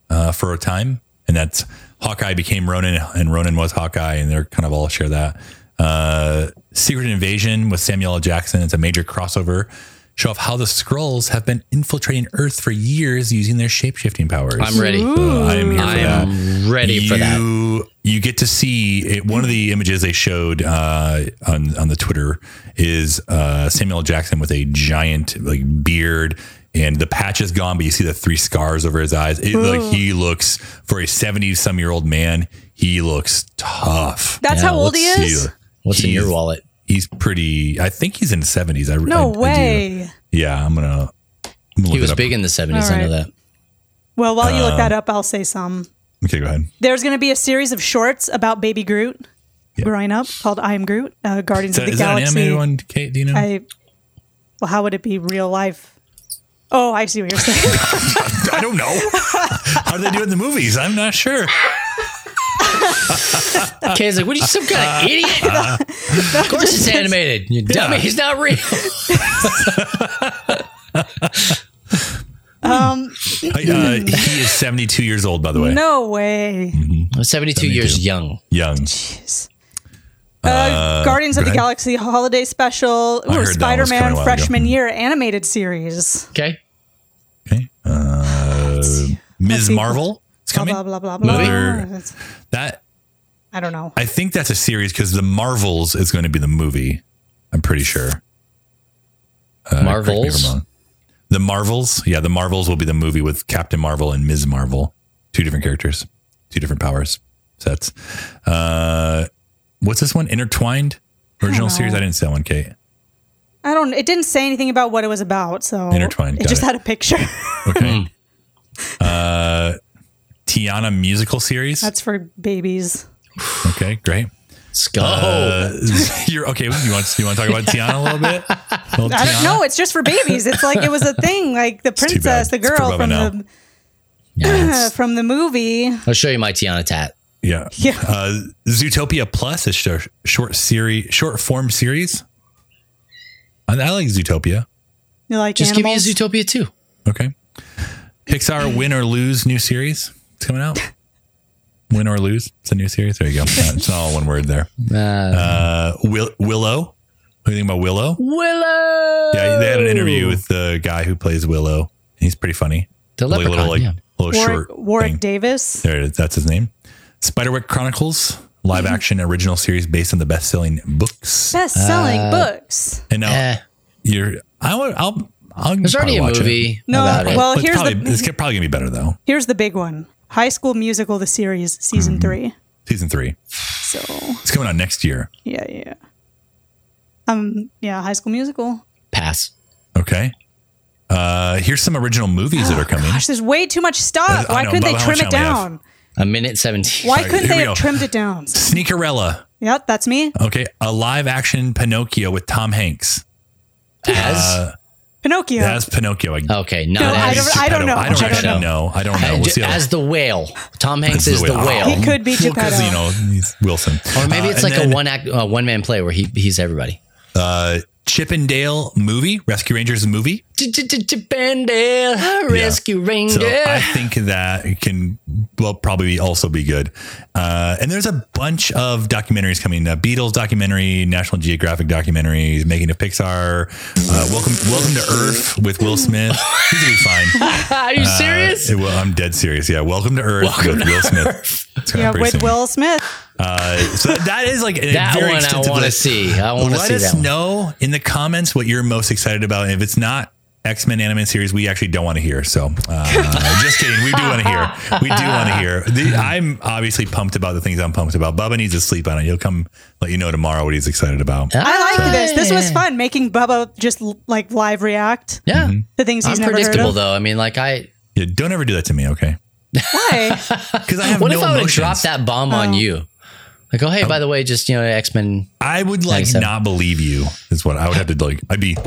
D: uh, for a time, and that's Hawkeye became Ronin, and Ronin was Hawkeye, and they're kind of all share that. Uh, Secret Invasion with Samuel L. Jackson. It's a major crossover. Show off how the Skrulls have been infiltrating Earth for years using their shape shifting powers.
C: I'm ready.
D: Uh, I am here for
C: I
D: that
C: am ready
D: you,
C: for that.
D: You get to see it, one of the images they showed uh, on on the Twitter is uh, Samuel L. Jackson with a giant like beard and the patch is gone, but you see the three scars over his eyes. It, like he looks for a seventy some year old man, he looks tough.
G: That's
C: Yeah,
G: how old
C: let's
G: he
D: He-
G: is.
C: What's in your
D: he's-
C: wallet?
D: He's pretty. I think he's in the seventies. I I- I
G: No
D: do.
G: way.
D: yeah, I'm gonna. I'm gonna look
C: He
D: it
C: was
D: up.
C: big in the 70s. I know
G: All
C: that.
G: Well, while you
D: Uh,
G: look that up, I'll say some.
D: Okay, go ahead.
G: There's going to be a series of shorts about Baby Groot growing up called I Am Groot, uh, Guardians
D: Is that,
G: of the
D: is that an
G: Galaxy.
D: animated one, Kate? Do you know?
G: I well, how would it be real life? Oh, I see what you're saying.
D: I don't know. How do they do it in the movies? I'm not sure.
C: Okay, he's like, what are you, some
D: Uh,
C: kind of idiot? of course it's animated. You dummy. He's not real.
D: I, uh, he is 72 years old, by the way.
G: no way.
C: I'm 72 years young.
D: Young.
G: Uh, Guardians of the
D: go ahead.
G: Galaxy holiday special,
D: I
G: or
D: heard that was quite a
G: Spider-Man
D: while ago.
G: freshman year animated series.
C: Okay.
D: Okay. Uh, Ms.
G: see.
D: Marvel is
G: Blah
D: coming.
G: blah blah blah blah.
D: Another- That
G: I don't know.
D: I think that's a series because the Marvels is going to be the movie. I'm pretty sure. Uh, correct me if I'm
C: Marvels.
D: wrong. The Marvels, yeah, the Marvels will be the movie with Captain Marvel and Ms. Marvel, two different characters, two different powers sets. Uh, what's this one? Intertwined original series. I didn't see that one, Kate.
G: I don't. It didn't say anything about what it was about. So
D: Intertwined,
G: It
D: got
G: just
D: it.
G: had a picture.
D: Okay. uh, Tiana musical series.
G: That's for babies.
D: okay, great.
C: Let's go.
D: Uh, you're okay. You want you want to talk about Tiana a little bit? A little
G: I
D: Tiana?
G: don't know. It's just for babies. It's like it was a thing. Like the
D: too
G: princess, the
D: bad. It's for
G: girl
D: Bubba
G: from
D: now.
G: the
C: Yeah.
G: from the movie.
C: I'll show you my Tiana tat.
D: Yeah.
G: Yeah.
D: Uh, Zootopia Plus is short, short series, short form series. I, I like Zootopia.
G: You like
C: Just
G: animals?
C: give me a Zootopia too.
D: Okay. Pixar Win or Lose new series. It's coming out. Win or Lose. It's a new series. There you go. Uh, It's all one word there. Uh, Will, Willow. What do you think about Willow?
C: Willow.
D: Yeah, they had an interview with the guy who plays Willow. and He's pretty funny.
C: The
D: Like,
C: leprechaun,
D: little like
C: yeah.
D: little
A: Warwick,
D: short
A: Warwick
D: thing.
A: Davis.
D: There it is. That's his name. Spiderwick Chronicles, live
C: Mm-hmm.
D: action original series based on the best selling books.
A: Best selling books.
D: And now
C: Eh,
D: you're, I will I'll, I'll
C: there's already
D: probably
C: a
D: watch it.
C: movie
A: No,
C: about it.
A: well-
D: But it's
A: here's
D: probably,
A: the-
D: it's probably gonna be better though.
A: Here's the big one High School Musical, the series,
D: Hmm.
A: season three.
D: Season three.
A: So,
D: It's coming out next year.
A: yeah, yeah. Um, yeah, High School Musical.
C: Pass.
D: Okay. Uh, here's some original movies
C: Oh,
D: that are coming.
A: Gosh, there's way too much
D: That's-
A: stuff.
D: Uh, I
A: Why
D: know,
A: couldn't they
D: Bubba, how
A: trim
D: much
A: it
D: time we have?
A: down?
C: A minute seventeen.
A: Why
D: Sorry,
A: couldn't
D: here
A: they
D: we
A: have
D: go.
A: trimmed it down?
D: Sneakerella.
A: Yep, that's me.
D: Okay. A live action Pinocchio with Tom Hanks.
C: As
A: Pinocchio.
D: That's Pinocchio. I,
C: okay, not
A: No, I
C: as.
A: don't- I don't know.
D: I don't
A: I don't
D: actually
A: know.
D: know. I don't know. Uh, We'll see how-
C: as the whale. Tom Hanks
D: That's
C: is the whale.
A: He could be
D: Well, 'cause,
A: Geppetto.
D: you know, he's Wilson.
C: Or maybe
D: Uh,
C: it's
D: and
C: like
D: then,
C: a one act, uh, one man play where he he's everybody.
D: uh, Chippendale movie, Rescue Rangers movie.
C: Bandel, Rescue Ranger.
D: So I think that it can well probably be- also be good. Uh, and there's a bunch of documentaries coming: uh, Beatles documentary, National Geographic documentaries, Making of Pixar, uh, Welcome Welcome to Earth with Will Smith. These will be fine.
C: Are you serious?
D: Uh, it will- I'm dead serious. Yeah, Welcome to Earth with Will Smith. It's coming
A: yeah,
D: out pretty
A: with
D: soon.
A: Will Smith.
D: Uh, so that is like a
C: That
D: very
C: one I
D: extensive
C: wanna
D: list.
C: see. I wanna
D: Let
C: see
D: us
C: that one.
D: know in the comments what you're most excited about. And if it's not X Men anime series, we actually don't want to hear. So uh, just kidding. We do want to hear. We do want to hear. The, I'm obviously pumped about the things I'm pumped about. Bubba needs to sleep on it. He'll come let you know tomorrow what he's excited about.
A: I like this. This was
D: Ah.
A: fun making Bubba just l- like live react
C: Yeah,
D: Mhm.
A: to things he's
C: I'm
A: never heard
C: predictable
A: of.
C: though. I mean, like I.
D: Yeah, don't ever do that to me, okay?
A: Why?
D: Because I have
C: What
D: no
C: if I would have
D: emotions.
C: dropped that bomb
A: Oh.
C: on you? Like, oh hey, by the way, just you know, X Men.
D: I would like
C: 97.
D: not believe you is what I would have to like. I'd be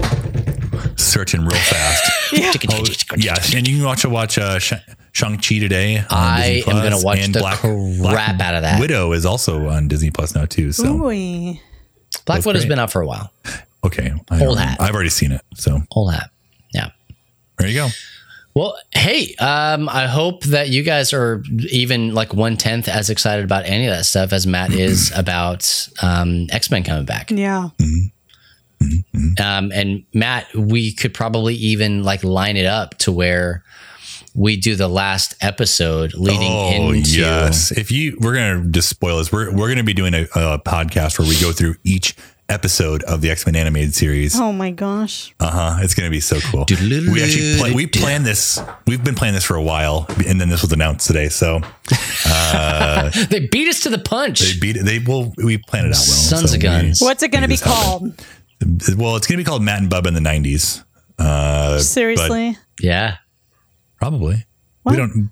D: searching real fast. Oh, yes, and you can also watch uh, Sh- Shang Chi today. on
C: I
D: Disney
C: am
D: Plus,
C: gonna watch
D: and
C: the crap out of that.
D: Widow is also on Disney Plus now too. So
A: Ooh-wee.
C: Black Widow's
D: great.
C: been out for a while.
D: okay, I
C: Old
D: don't-
C: hat.
D: I've already seen it. So
C: Whole that. Yeah.
D: there you go.
C: Well, hey, um, I hope that you guys are even like one tenth as excited about any of that stuff as Matt is about um, X Men coming back.
A: Yeah.
D: Mm-hmm.
C: Um, and Matt, we could probably even like line it up to where we do the last episode leading
D: Oh
C: into.
D: yes, if you we're gonna just spoil this. We're we're gonna be doing a, a podcast where we go through each episode of the X Men animated series.
A: Oh my gosh.
D: Uh huh. It's gonna be so cool. We actually pla- we planned this. We've been planning this for a while, and then this was announced today. So
C: They beat us to the punch.
D: they beat. They well, we planned it out well.
C: Sons
D: so
C: of
D: we-
C: guns.
A: What's it going to
D: we
A: be
D: just have
A: called?
D: Well, it's going to be called Matt and Bub in the 90s. Uh,
A: Seriously?
C: Yeah.
D: probably. We don't.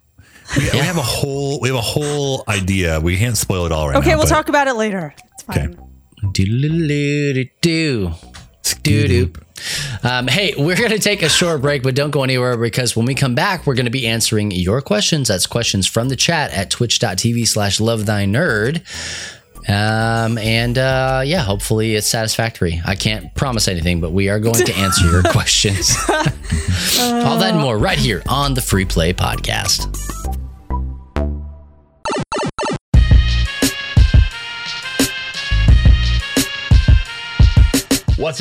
D: We, we have a whole. We have a whole idea. We can't spoil it all right now.
A: okay, we'll
D: but-
A: talk about it later. It's fine.
D: Okay.
C: Do-do-do-do-do. Doo-doo. Um, hey, we're going to take a short break, but don't go anywhere because when we come back, we're going to be answering your questions. That's questions from the chat at twitch.tv slash love thy nerd. Um, and uh, yeah, hopefully it's satisfactory. I can't promise anything, but we are going to answer your questions. All that and more right here on the Free Play Podcast.
F: What's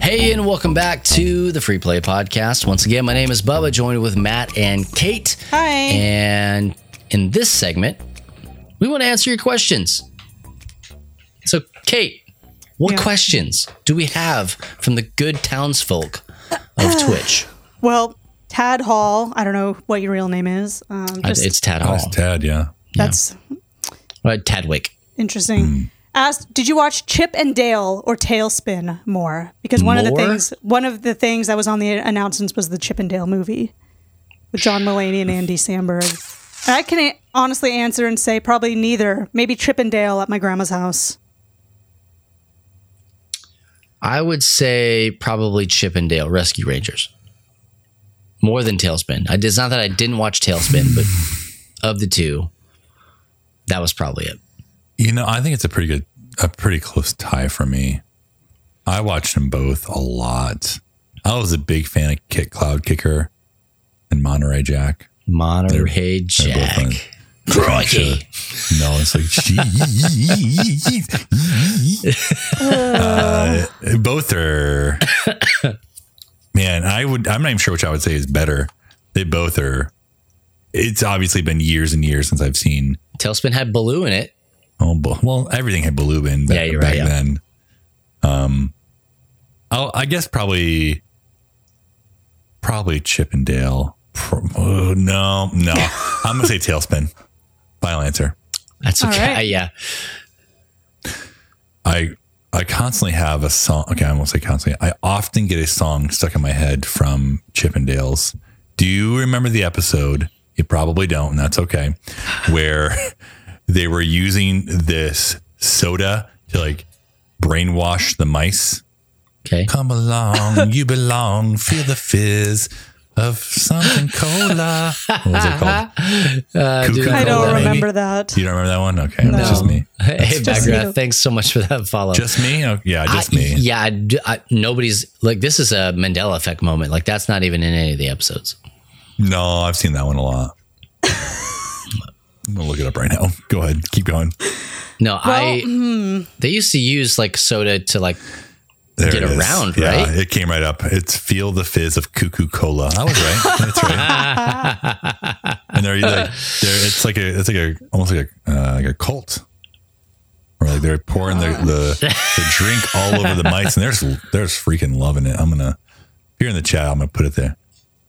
C: Hey, and welcome back to the Free Play Podcast. Once again, my name is Bubba, joined with Matt and Kate.
A: Hi.
D: Eh.
C: And in this segment, we want to answer your questions. So, Kate, what
A: Yeah.
C: questions do we have from the good townsfolk of Twitch?
A: Well, Tad Hall, I don't know what your real name is. Um,
C: Uh,
A: just,
C: it's Tad
D: Oh,
C: Hall.
D: it's Tad, yeah.
A: that's
C: Uh, Tadwick.
A: interesting.
G: asked, "Did you watch Chip and Dale or Tailspin more?" Because one of the
C: More?
G: things one of the things that was on the announcements was the Chip and Dale movie with John Mulaney and Andy Samberg. And I can a- honestly answer and say probably neither. Maybe Chip and Dale at my grandma's house.
C: I would say probably Chippendale Rescue Rangers. More than Tailspin. I, it's not that I didn't watch Tailspin, but of the two, that was probably it.
D: You know, I think it's a pretty good, a pretty close tie for me. I watched them both a lot. I was a big fan of Kick Cloud Kicker and Monterey Jack.
C: Monterey
D: They're both
C: Jack.
D: on-
C: Crikey.
D: No, it's like jeez. uh, both are. Man, I would. I'm not even sure which I would say is better. They both are. It's obviously been years and years since I've seen
C: Tailspin had Baloo in it.
D: Oh, bu- well, everything had blue in back,
C: Yeah, you're right,
D: back
C: yeah.
D: then. Um, I'll, I guess probably, probably Chippendale. Pro- oh, no, no, I'm gonna say Tailspin. Final answer.
C: That's
G: All
C: okay.
G: right.
C: Yeah.
D: I I constantly have a song. Okay, I won't say constantly. I often get a song stuck in my head from Chippendales. Do you remember the episode? You probably don't, and that's okay. Where they were using this soda to like brainwash the mice.
C: Okay.
D: Come along, you belong. Feel the fizz of something cola. What was it called? Cuckoo
G: Uh, I don't
D: Cola, maybe?
G: remember that.
D: You don't remember that one? Okay, it's just me.
C: Hey,
G: just
C: Bagra,
G: you.
C: thanks so much for that follow.
D: Just me? Oh, yeah, just
C: I-
D: me.
C: Yeah, I d I nobody's like this is a Mandela effect moment. Like that's not even in any of the episodes.
D: No, I've seen that one a lot. I'm gonna look it up right now. Go ahead, keep going.
C: No, I
G: hmm.
C: they used to use like soda to like
D: There
C: Get
D: it is.
C: around,
D: yeah,
C: right?
D: It came right up. It's feel the fizz of cuckoo cola. I was right. That's right. and they're like, they're, it's like a, it's like a, almost like a, uh, like a cult. Or like they're pouring the, the, the drink all over the mics, and there's there's freaking loving it. I'm gonna, if you're in the chat, I'm gonna put it there.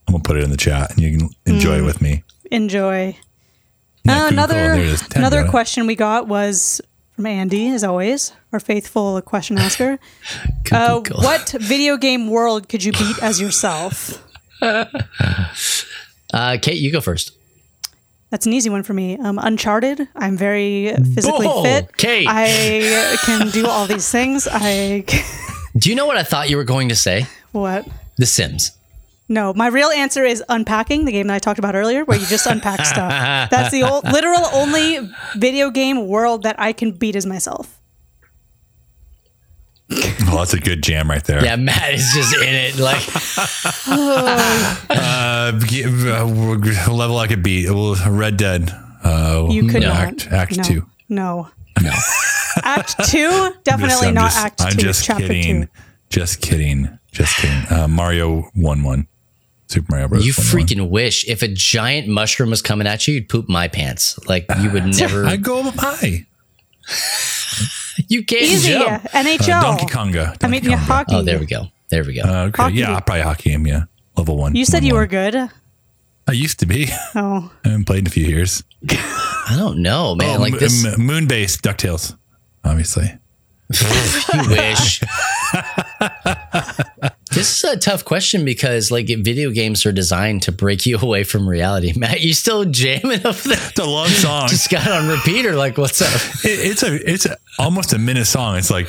D: I'm gonna put it in the chat, and you can enjoy it with me.
G: Enjoy.
D: Yeah,
G: Uh,
D: Cuckoo Cola,
G: another
D: there it is. Ten
G: another
D: got it.
G: question we got was from Andy, as always, our faithful question asker. uh,
C: Cola.
G: what video game world could you beat as yourself?
C: uh Kate, you go first.
G: That's an easy one for me. Um, Uncharted. I'm very physically
C: Bull,
G: fit.
C: Kate.
G: I can do all these things. I
C: Do you know what I thought you were going to say?
G: what?
C: The Sims.
G: No, my real answer is unpacking the game that I talked about earlier, where you just unpack stuff. That's the ol literal only video game world that I can beat as myself.
D: Oh, that's a good jam right there.
C: Yeah, Matt is just in it. Like
D: Uh, g- uh, level I could beat. Well, Red Dead. Uh,
G: You could
C: No.
G: not.
D: Act, act
G: no,
D: two.
G: No. No. Act two,
D: I'm just-
G: definitely
D: I'm
G: not
D: just-
G: act two.
D: I'm just
G: chapter
D: kidding.
G: two.
D: Just kidding. Just kidding. Uh, Mario one one. Super Mario Bros.
C: you
D: 1-1.
C: freaking wish. If a giant mushroom was coming at you, you'd poop my pants. Like you would
D: I
C: never.
D: go up high.
C: you can't
G: Easy,
C: jump.
G: yeah. NHL.
D: Uh, Donkey Konga.
G: I mean,
D: Donkey
G: yeah,
D: Konga.
G: hockey.
C: Oh, there we go. There we go.
D: Uh, okay.
G: Hockey.
D: Yeah, probably hockey game. Yeah, level one.
G: You said you were
D: 1-1.
G: good.
D: I used to be.
G: Oh,
D: I haven't played in a few years.
C: I don't know, man.
D: oh,
C: like this.
D: moon based Ducktales. Obviously.
C: you wish. this is a tough question because like video games are designed to break you away from reality. Matt, you still jamming up there?
D: It's a love song.
C: Just got on repeater. Like, what's up?
D: It- it's a. It's a, almost a minute song. It's like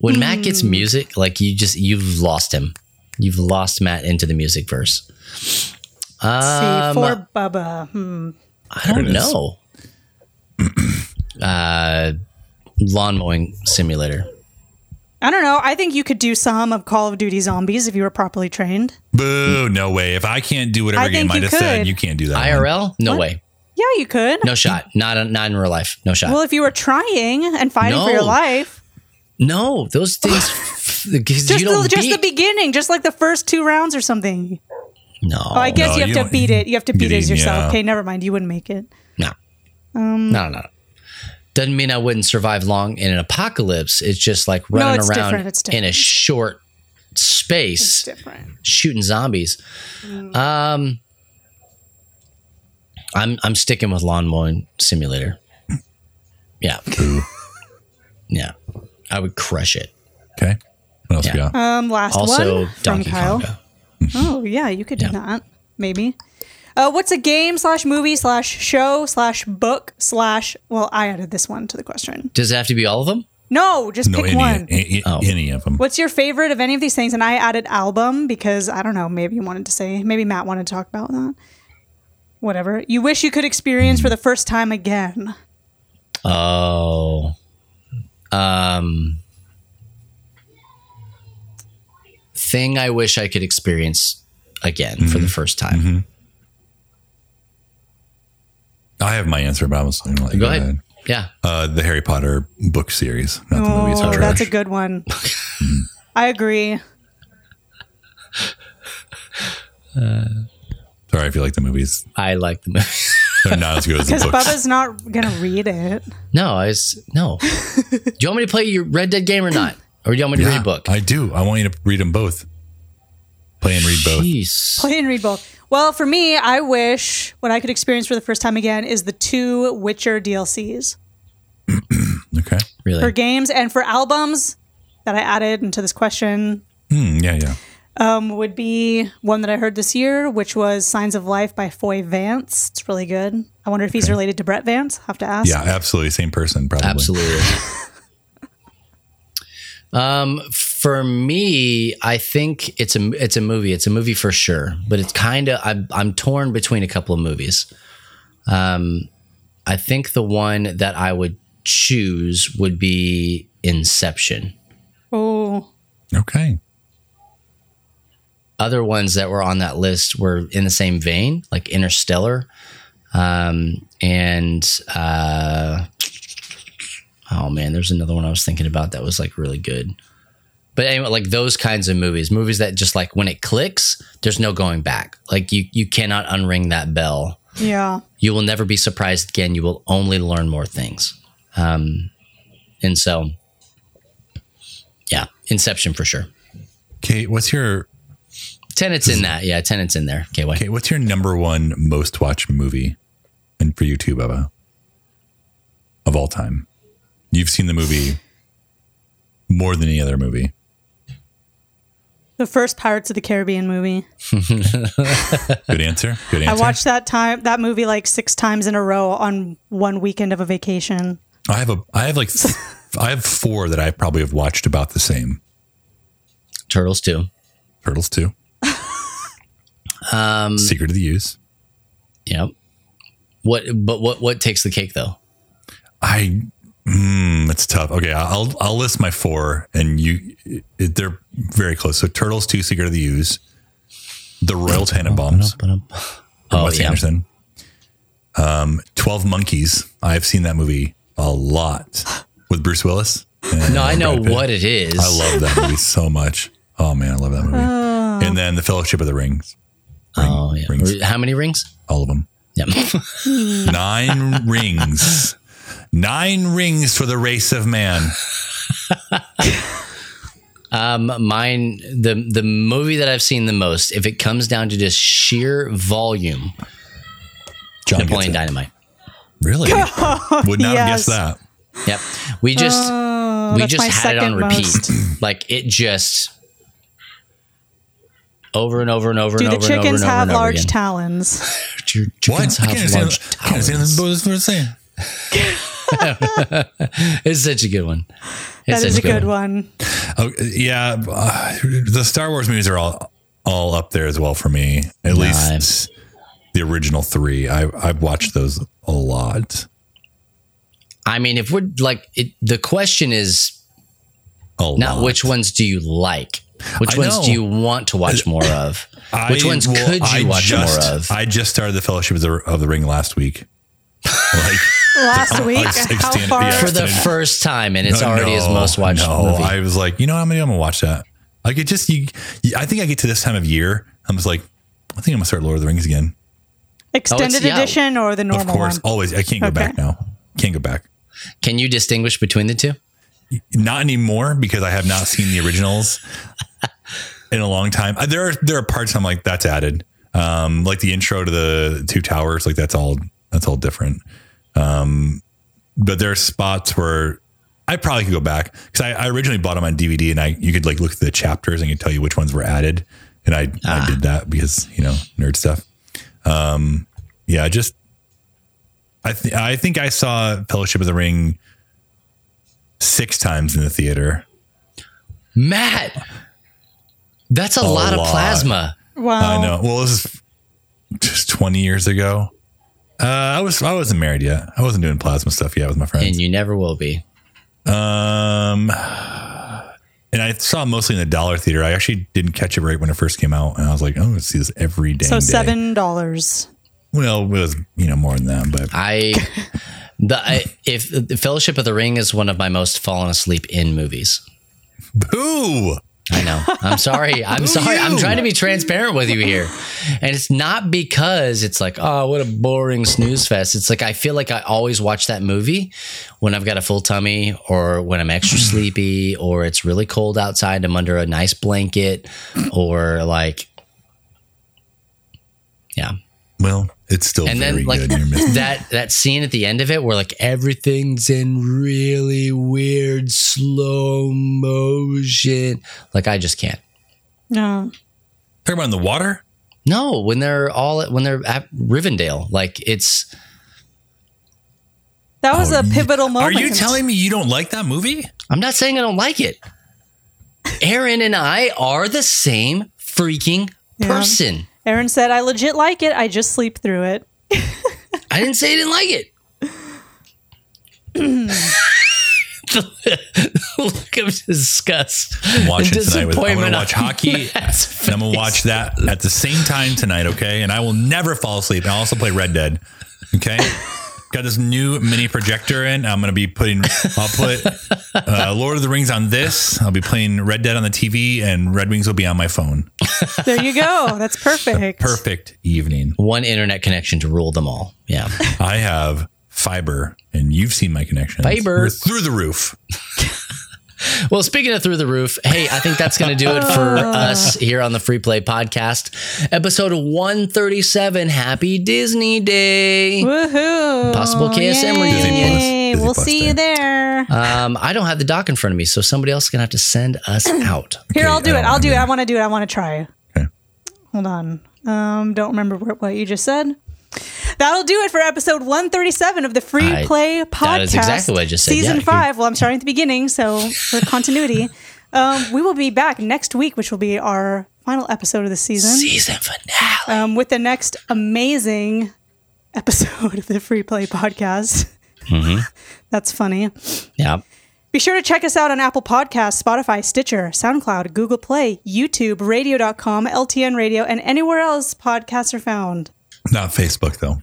C: When Matt gets
G: Hmm.
C: music, like you just you've lost him. You've lost Matt into the music verse.
G: see,
C: Um,
G: for Bubba. Hmm.
C: I don't
D: it is.
C: know. uh, lawn mowing simulator.
G: I don't know. I think you could do some of Call of Duty Zombies if you were properly trained.
D: Boo! No way. If I can't do whatever
G: I
D: game
G: think
D: I
G: you
D: just said,
G: could.
D: you can't do that. one.
C: IRL? No way.
G: Yeah, you could.
C: No shot. Not not in real life. No shot.
G: Well, if you were trying and fighting for your
C: No.
G: life,
C: no, those things. just
G: just
C: you don't
G: the, just the
C: beat-
G: beginning, just like the first two rounds or something.
C: No.
G: Oh, I guess
D: no,
G: you
D: you
G: have to
D: don't-
G: beat it. You have to beat it as
D: Beating,
G: yourself.
D: yeah.
G: Okay, never mind. You wouldn't make it.
C: No.
G: Um,
C: no, no, no. Doesn't mean I wouldn't survive long in an apocalypse. It's just like running
G: it's
C: around
G: different, it's
C: in a
G: different.
C: short space
G: Different.
C: shooting zombies.
G: Mm.
C: Um, I'm I'm sticking with lawn mowing simulator. Yeah. yeah. I would crush it.
D: Okay. What else we
C: Yeah.
D: got?
G: Um, last
C: Also,
G: one from
C: Donkey
G: Kyle.
C: Konga.
G: Oh yeah, you could
C: Yeah.
G: do that maybe. Uh, what's a game slash movie slash show slash book slash? Well, I added this one to the question.
C: Does it have to be all of them?
G: No, just
D: No,
G: pick
D: any,
G: one.
D: a- a-
C: Oh.
D: any of them.
G: What's your favorite of any of these things? And I added album because I don't know. Maybe you wanted to say. Maybe Matt wanted to talk about that. Whatever you wish you could experience for the first time again.
C: Oh. Um thing I wish I could experience again for the first time.
D: I have my answer, but I was going to let you
C: Go ahead. Yeah.
D: Uh, the Harry Potter book series, not the movies.
G: Oh,
D: are
G: that's a
D: trash.
G: good one. I agree.
D: Sorry, I feel like the movies
C: I like the movie.
D: they're not as good as the
G: Because
D: books.
G: Bubba's not gonna read it.
C: No, I was no. do you want me to play your Red Dead game or not? Or do you want me to read a book?
D: I do. I want you to read them both. Play and read both.
C: Jeez.
G: Play and read both. Well, for me, I wish what I could experience for the first time again is the two Witcher DLCs
D: Okay.
C: Really?
G: for games and for albums that I added into this question.
D: Hmm, yeah, yeah.
G: um, would be one that I heard this year, which was Signs of Life by Foy Vance. It's really good. I wonder if he's related to Brett Vance. Have to ask.
D: Yeah, absolutely. Same person, probably.
C: Absolutely. um, for me, I think it's a it's a movie. It's a movie for sure, but it's kind of I'm I'm torn between a couple of movies. Um, I think the one that I would choose would be Inception.
G: Oh,
D: Okay.
C: Other ones that were on that list were in the same vein, like Interstellar, um, and uh, oh man, there's another one I was thinking about that was like really good. But anyway, like those kinds of movies, movies that just like when it clicks, there's no going back. Like you, you cannot unring that bell.
G: yeah.
C: You will never be surprised again. You will only learn more things. Um, and so, yeah, Inception for sure.
D: Kate, what's your
C: Tenants in that, yeah, tenants in there. Okay, wait.
D: Kate, what's your number one most watched movie? And for you too, Bubba. Of all time. You've seen the movie more than any other movie.
G: The first Pirates of the Caribbean movie.
D: Good answer. Good
G: I
D: answer.
G: watched that time that movie like six times in a row on one weekend of a vacation.
D: I have a I have like th- I have four that I probably have watched about the same.
C: Turtles too.
D: Turtles too. um Secret of the Use.
C: Yep. What? But what? What takes the cake though?
D: I mm, it's tough. Okay, I'll I'll list my four, and you it, they're very close. So Turtles Two, Secret of the Use, The Royal Tenenbaums, from
C: Oh
D: Wes
C: yeah.
D: Anderson, um, Twelve Monkeys. I've seen that movie a lot with Bruce Willis. and
C: No, I know
D: Brad Pitt.
C: what it is.
D: I love that movie so much. Oh man, I love that movie. and then The Fellowship of the Rings,
C: Oh yeah.
D: rings.
C: How many rings?
D: all of them.
C: Yep.
D: Nine rings. Nine rings for the race of man.
C: um, mine. The the movie that I've seen the most. If it comes down to just sheer volume,
D: John gets
C: Napoleon
D: it.
C: Dynamite.
D: Really? Would not have
G: Yes.
D: guessed that.
C: Yep. We just we
G: Oh, that's
C: just
G: my
C: had it on
G: second
C: repeat.
G: most.
C: like it just over and over and over
G: Do
C: and
G: the
C: over and over and
G: chickens
C: over
G: have
C: and over
G: large
C: again.
G: talons?
C: Your chickens
D: I can't
C: have
D: understand-
C: large
D: I can't understand
C: talons.
D: this bonus for saying.
C: It's such a good one. It's
G: That
C: such
G: is a good one.
D: Oh, yeah, uh, the Star Wars movies are all all up there as well for me. At least the original three. I I've watched those a lot,
C: I mean, if we're like, it, the question is
D: a
C: not
D: lot.
C: which ones do you like, which
D: I
C: ones
D: know.
C: do you want to watch more of,
D: I
C: which ones
D: will-
C: could you
D: I
C: watch
D: just-
C: more of?
D: I just started the Fellowship of the, of the Ring last week. Like
G: Last
C: Oh,
G: week,
D: it's
G: how
D: extended-
G: far?
D: yeah.
C: for the
D: Dude.
C: first time, and it's
D: No,
C: already his most watched
D: no.
C: movie.
D: I was like, you know, how many I'm gonna watch that. Like it just, you, I think I get to this time of year, I'm just like, I think I'm gonna start Lord of the Rings again.
G: Extended
C: yeah.
G: edition or the normal
D: of course,
G: one?
D: always. I can't go
G: Okay.
D: back now. Can't go back.
C: Can you distinguish between the two?
D: Not anymore because I have not seen the originals in a long time. Uh, There are there are parts I'm like that's added, um, like the intro to the Two Towers. Like that's all that's all different. Um, but there are spots where I probably could go back because I, I originally bought them on DVD and I you could like look through the chapters and it could tell you which ones were added, and I I did that because you know nerd stuff. Um, yeah, just I th- I think I saw Fellowship of the Ring six times in the theater.
C: Matt, that's a, lot, of
D: lot.
C: plasma.
G: Wow.
C: Um,
D: I know. Well, this is just twenty years ago. Uh, I was I wasn't married yet. I wasn't doing plasma stuff yet with my friends.
C: And you never will be.
D: Um, and I saw it mostly in the dollar theater. I actually didn't catch it right when it first came out, and I was like, "I'm going to see this every day."
G: So seven dollars.
D: Well, it was you know more than that, but
C: I the I, if the Fellowship of the Ring is one of my most fallen asleep in movies.
D: boo!
C: I know. I'm sorry. I'm sorry. I'm trying to be transparent with you here. And it's not because it's like, oh, what a boring snooze fest. It's like I feel like I always watch that movie when I've got a full tummy or when I'm
D: Mm.
C: extra sleepy or it's really cold outside, I'm under a nice blanket or like yeah.
D: Well, it's still
C: and
D: Oh, very
C: then like
D: good. You're missing-
C: that that scene at the end of it where like everything's in really weird slow motion like i just can't
G: No.
D: Talking about in the water.
C: no when they're all at, when they're at rivendell like it's
G: That
C: Oh,
G: was a pivotal
D: Are
G: moment.
D: you telling me you don't like that movie?
C: i'm not saying i don't like it aaron and i are the same freaking
G: Yeah.
C: person
G: Aaron said, I legit like it. I just sleep through it.
C: i didn't say i didn't like it the look of disgust
D: I'm watching
C: and
D: tonight. With, I'm
C: disappointment
D: going to
C: on
D: watch hockey,
C: Matt's
D: and I'm going to watch that at the same time tonight. Okay, and I will never fall asleep. And I will also play Red Dead. Okay. Got this new mini projector in. I'm going to be putting, I'll put uh, Lord of the Rings on this. I'll be playing Red Dead on the TV, and Red Wings will be on my phone.
G: There you go. That's perfect.
D: Perfect evening.
C: one internet connection to rule them all. Yeah.
D: I have fiber, and you've seen my connection.
C: Fiber.
D: We're through the roof.
C: well, speaking of through the roof, hey, I think that's going to do it for
G: Oh.
C: us here on the Free Play Podcast, episode 137. Happy Disney Day.
G: Woohoo.
C: Possible KSM reunion.
D: Disney Plus.
G: Yay.
D: Disney
G: We'll
D: Plus
G: see
D: day.
G: you there.
C: Um, I don't have the dock in front of me, so somebody else is going to have to send us out.
G: Here, I'll do
D: I
G: it.
D: don't
G: I'll do
D: wanna do
G: it.
D: that.
G: I want to do it. I want to try.
D: Okay.
G: Hold on. Um, don't remember what, what you just said. That'll do it for episode 137 of the Free
C: I-
G: Play Podcast.
C: that is exactly what I just said.
G: Season
C: Yeah.
G: five. Well, I'm starting at the beginning, so for continuity, um, we will be back next week, which will be our final episode of the season
C: Season finale.
G: um, with the next amazing episode of the Free Play Podcast.
D: Mm-hmm.
G: That's funny.
C: Yeah.
G: Be sure to check us out on Apple Podcasts, Spotify, Stitcher, SoundCloud, Google Play, YouTube, radio.com, LTN Radio, and anywhere else podcasts are found.
D: Not Facebook, though.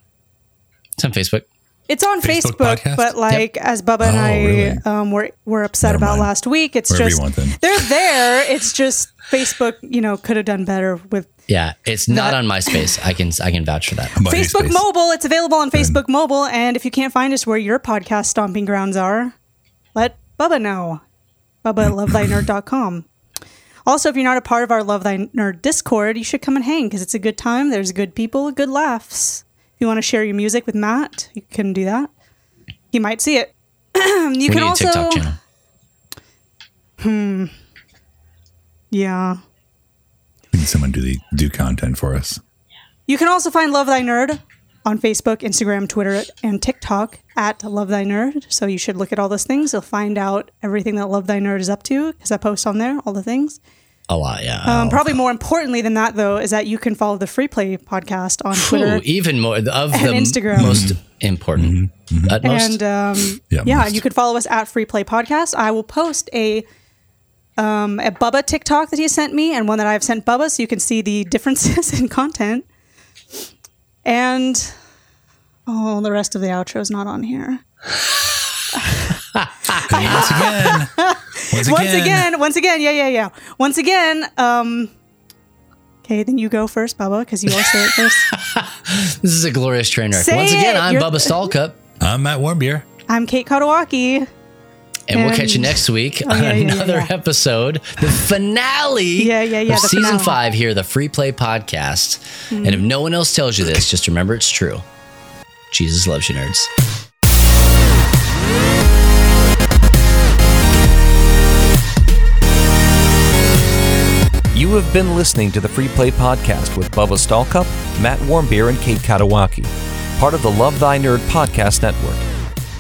C: It's on Facebook.
G: It's on
D: Facebook
G: Facebook,
D: podcast?
G: but like as Bubba and
D: Oh,
G: I
D: really?
G: um, were, were upset
D: Never
G: about
D: mind.
G: last week, it's
D: Wherever you
G: just
D: want them.
G: they're there. It's just Facebook, you know, could have done better with
C: Yeah. It's not on MySpace. I can I can vouch for that.
D: How about
G: Facebook
D: MySpace?
G: Mobile. It's available on Facebook Mobile, and if you can't find us where your podcast stomping grounds are, let Bubba know. Bubba at lovethynerd.com. Also, if you're not a part of our Love Thy Nerd Discord, you should come and hang because it's a good time. There's good people, good laughs. If you want to share your music with Matt, you can do that. He might see it. you
C: We
G: can
C: need a
G: also,
C: TikTok channel.
G: yeah.
D: We need someone to do, the, do content for us.
G: You can also find Love Thy Nerd on Facebook, Instagram, Twitter, and TikTok at Love Thy Nerd. So you should look at all those things. You'll find out everything that Love Thy Nerd is up to because I post on there all the things.
C: A lot. Yeah.
G: Um, probably more importantly than that, though, is that you can follow the Free Play podcast on
C: Ooh,
G: Twitter
C: even more of the
G: Instagram.
C: most important, utmost.
G: and um,
D: Yeah,
G: yeah,
D: most.
G: you can follow us at Free Play Podcast. I will post a um, a Bubba TikTok that he sent me and one that I've sent Bubba, so you can see the differences in content. And oh, the rest of the outro is not on here.
D: Once again. Once again.
G: Once again, once again, yeah, yeah, yeah. Once again, um, okay, then you go first, Bubba, because you always say it first.
C: This is a glorious train wreck.
G: Say
C: Once again,
G: it.
C: I'm
G: You're-
C: Bubba Stallcup,
D: I'm Matt Warmbier.
G: I'm Kate Kadawaki.
C: and we'll catch you
G: And- Oh,
C: next week on
G: yeah, yeah,
C: another
G: yeah.
C: episode, the finale
G: Yeah, yeah, yeah,
C: of
G: the
C: season
G: finale.
C: five here, the Free Play Podcast. And if no one else tells you this, just remember it's true. Jesus loves you, nerds.
B: You have been listening to the Free Play Podcast with Bubba Stallcup, Matt Warmbier, and Kate Katawaki, part of the Love Thy Nerd Podcast Network.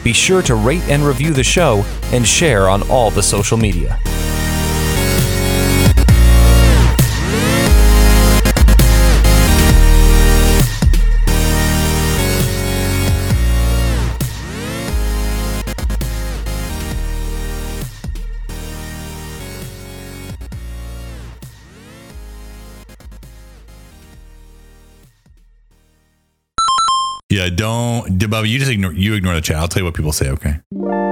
B: Be sure to rate and review the show and share on all the social media.
D: Yeah, don't, Bubba. You just ignore. You ignore the chat. I'll tell you what people say. Okay.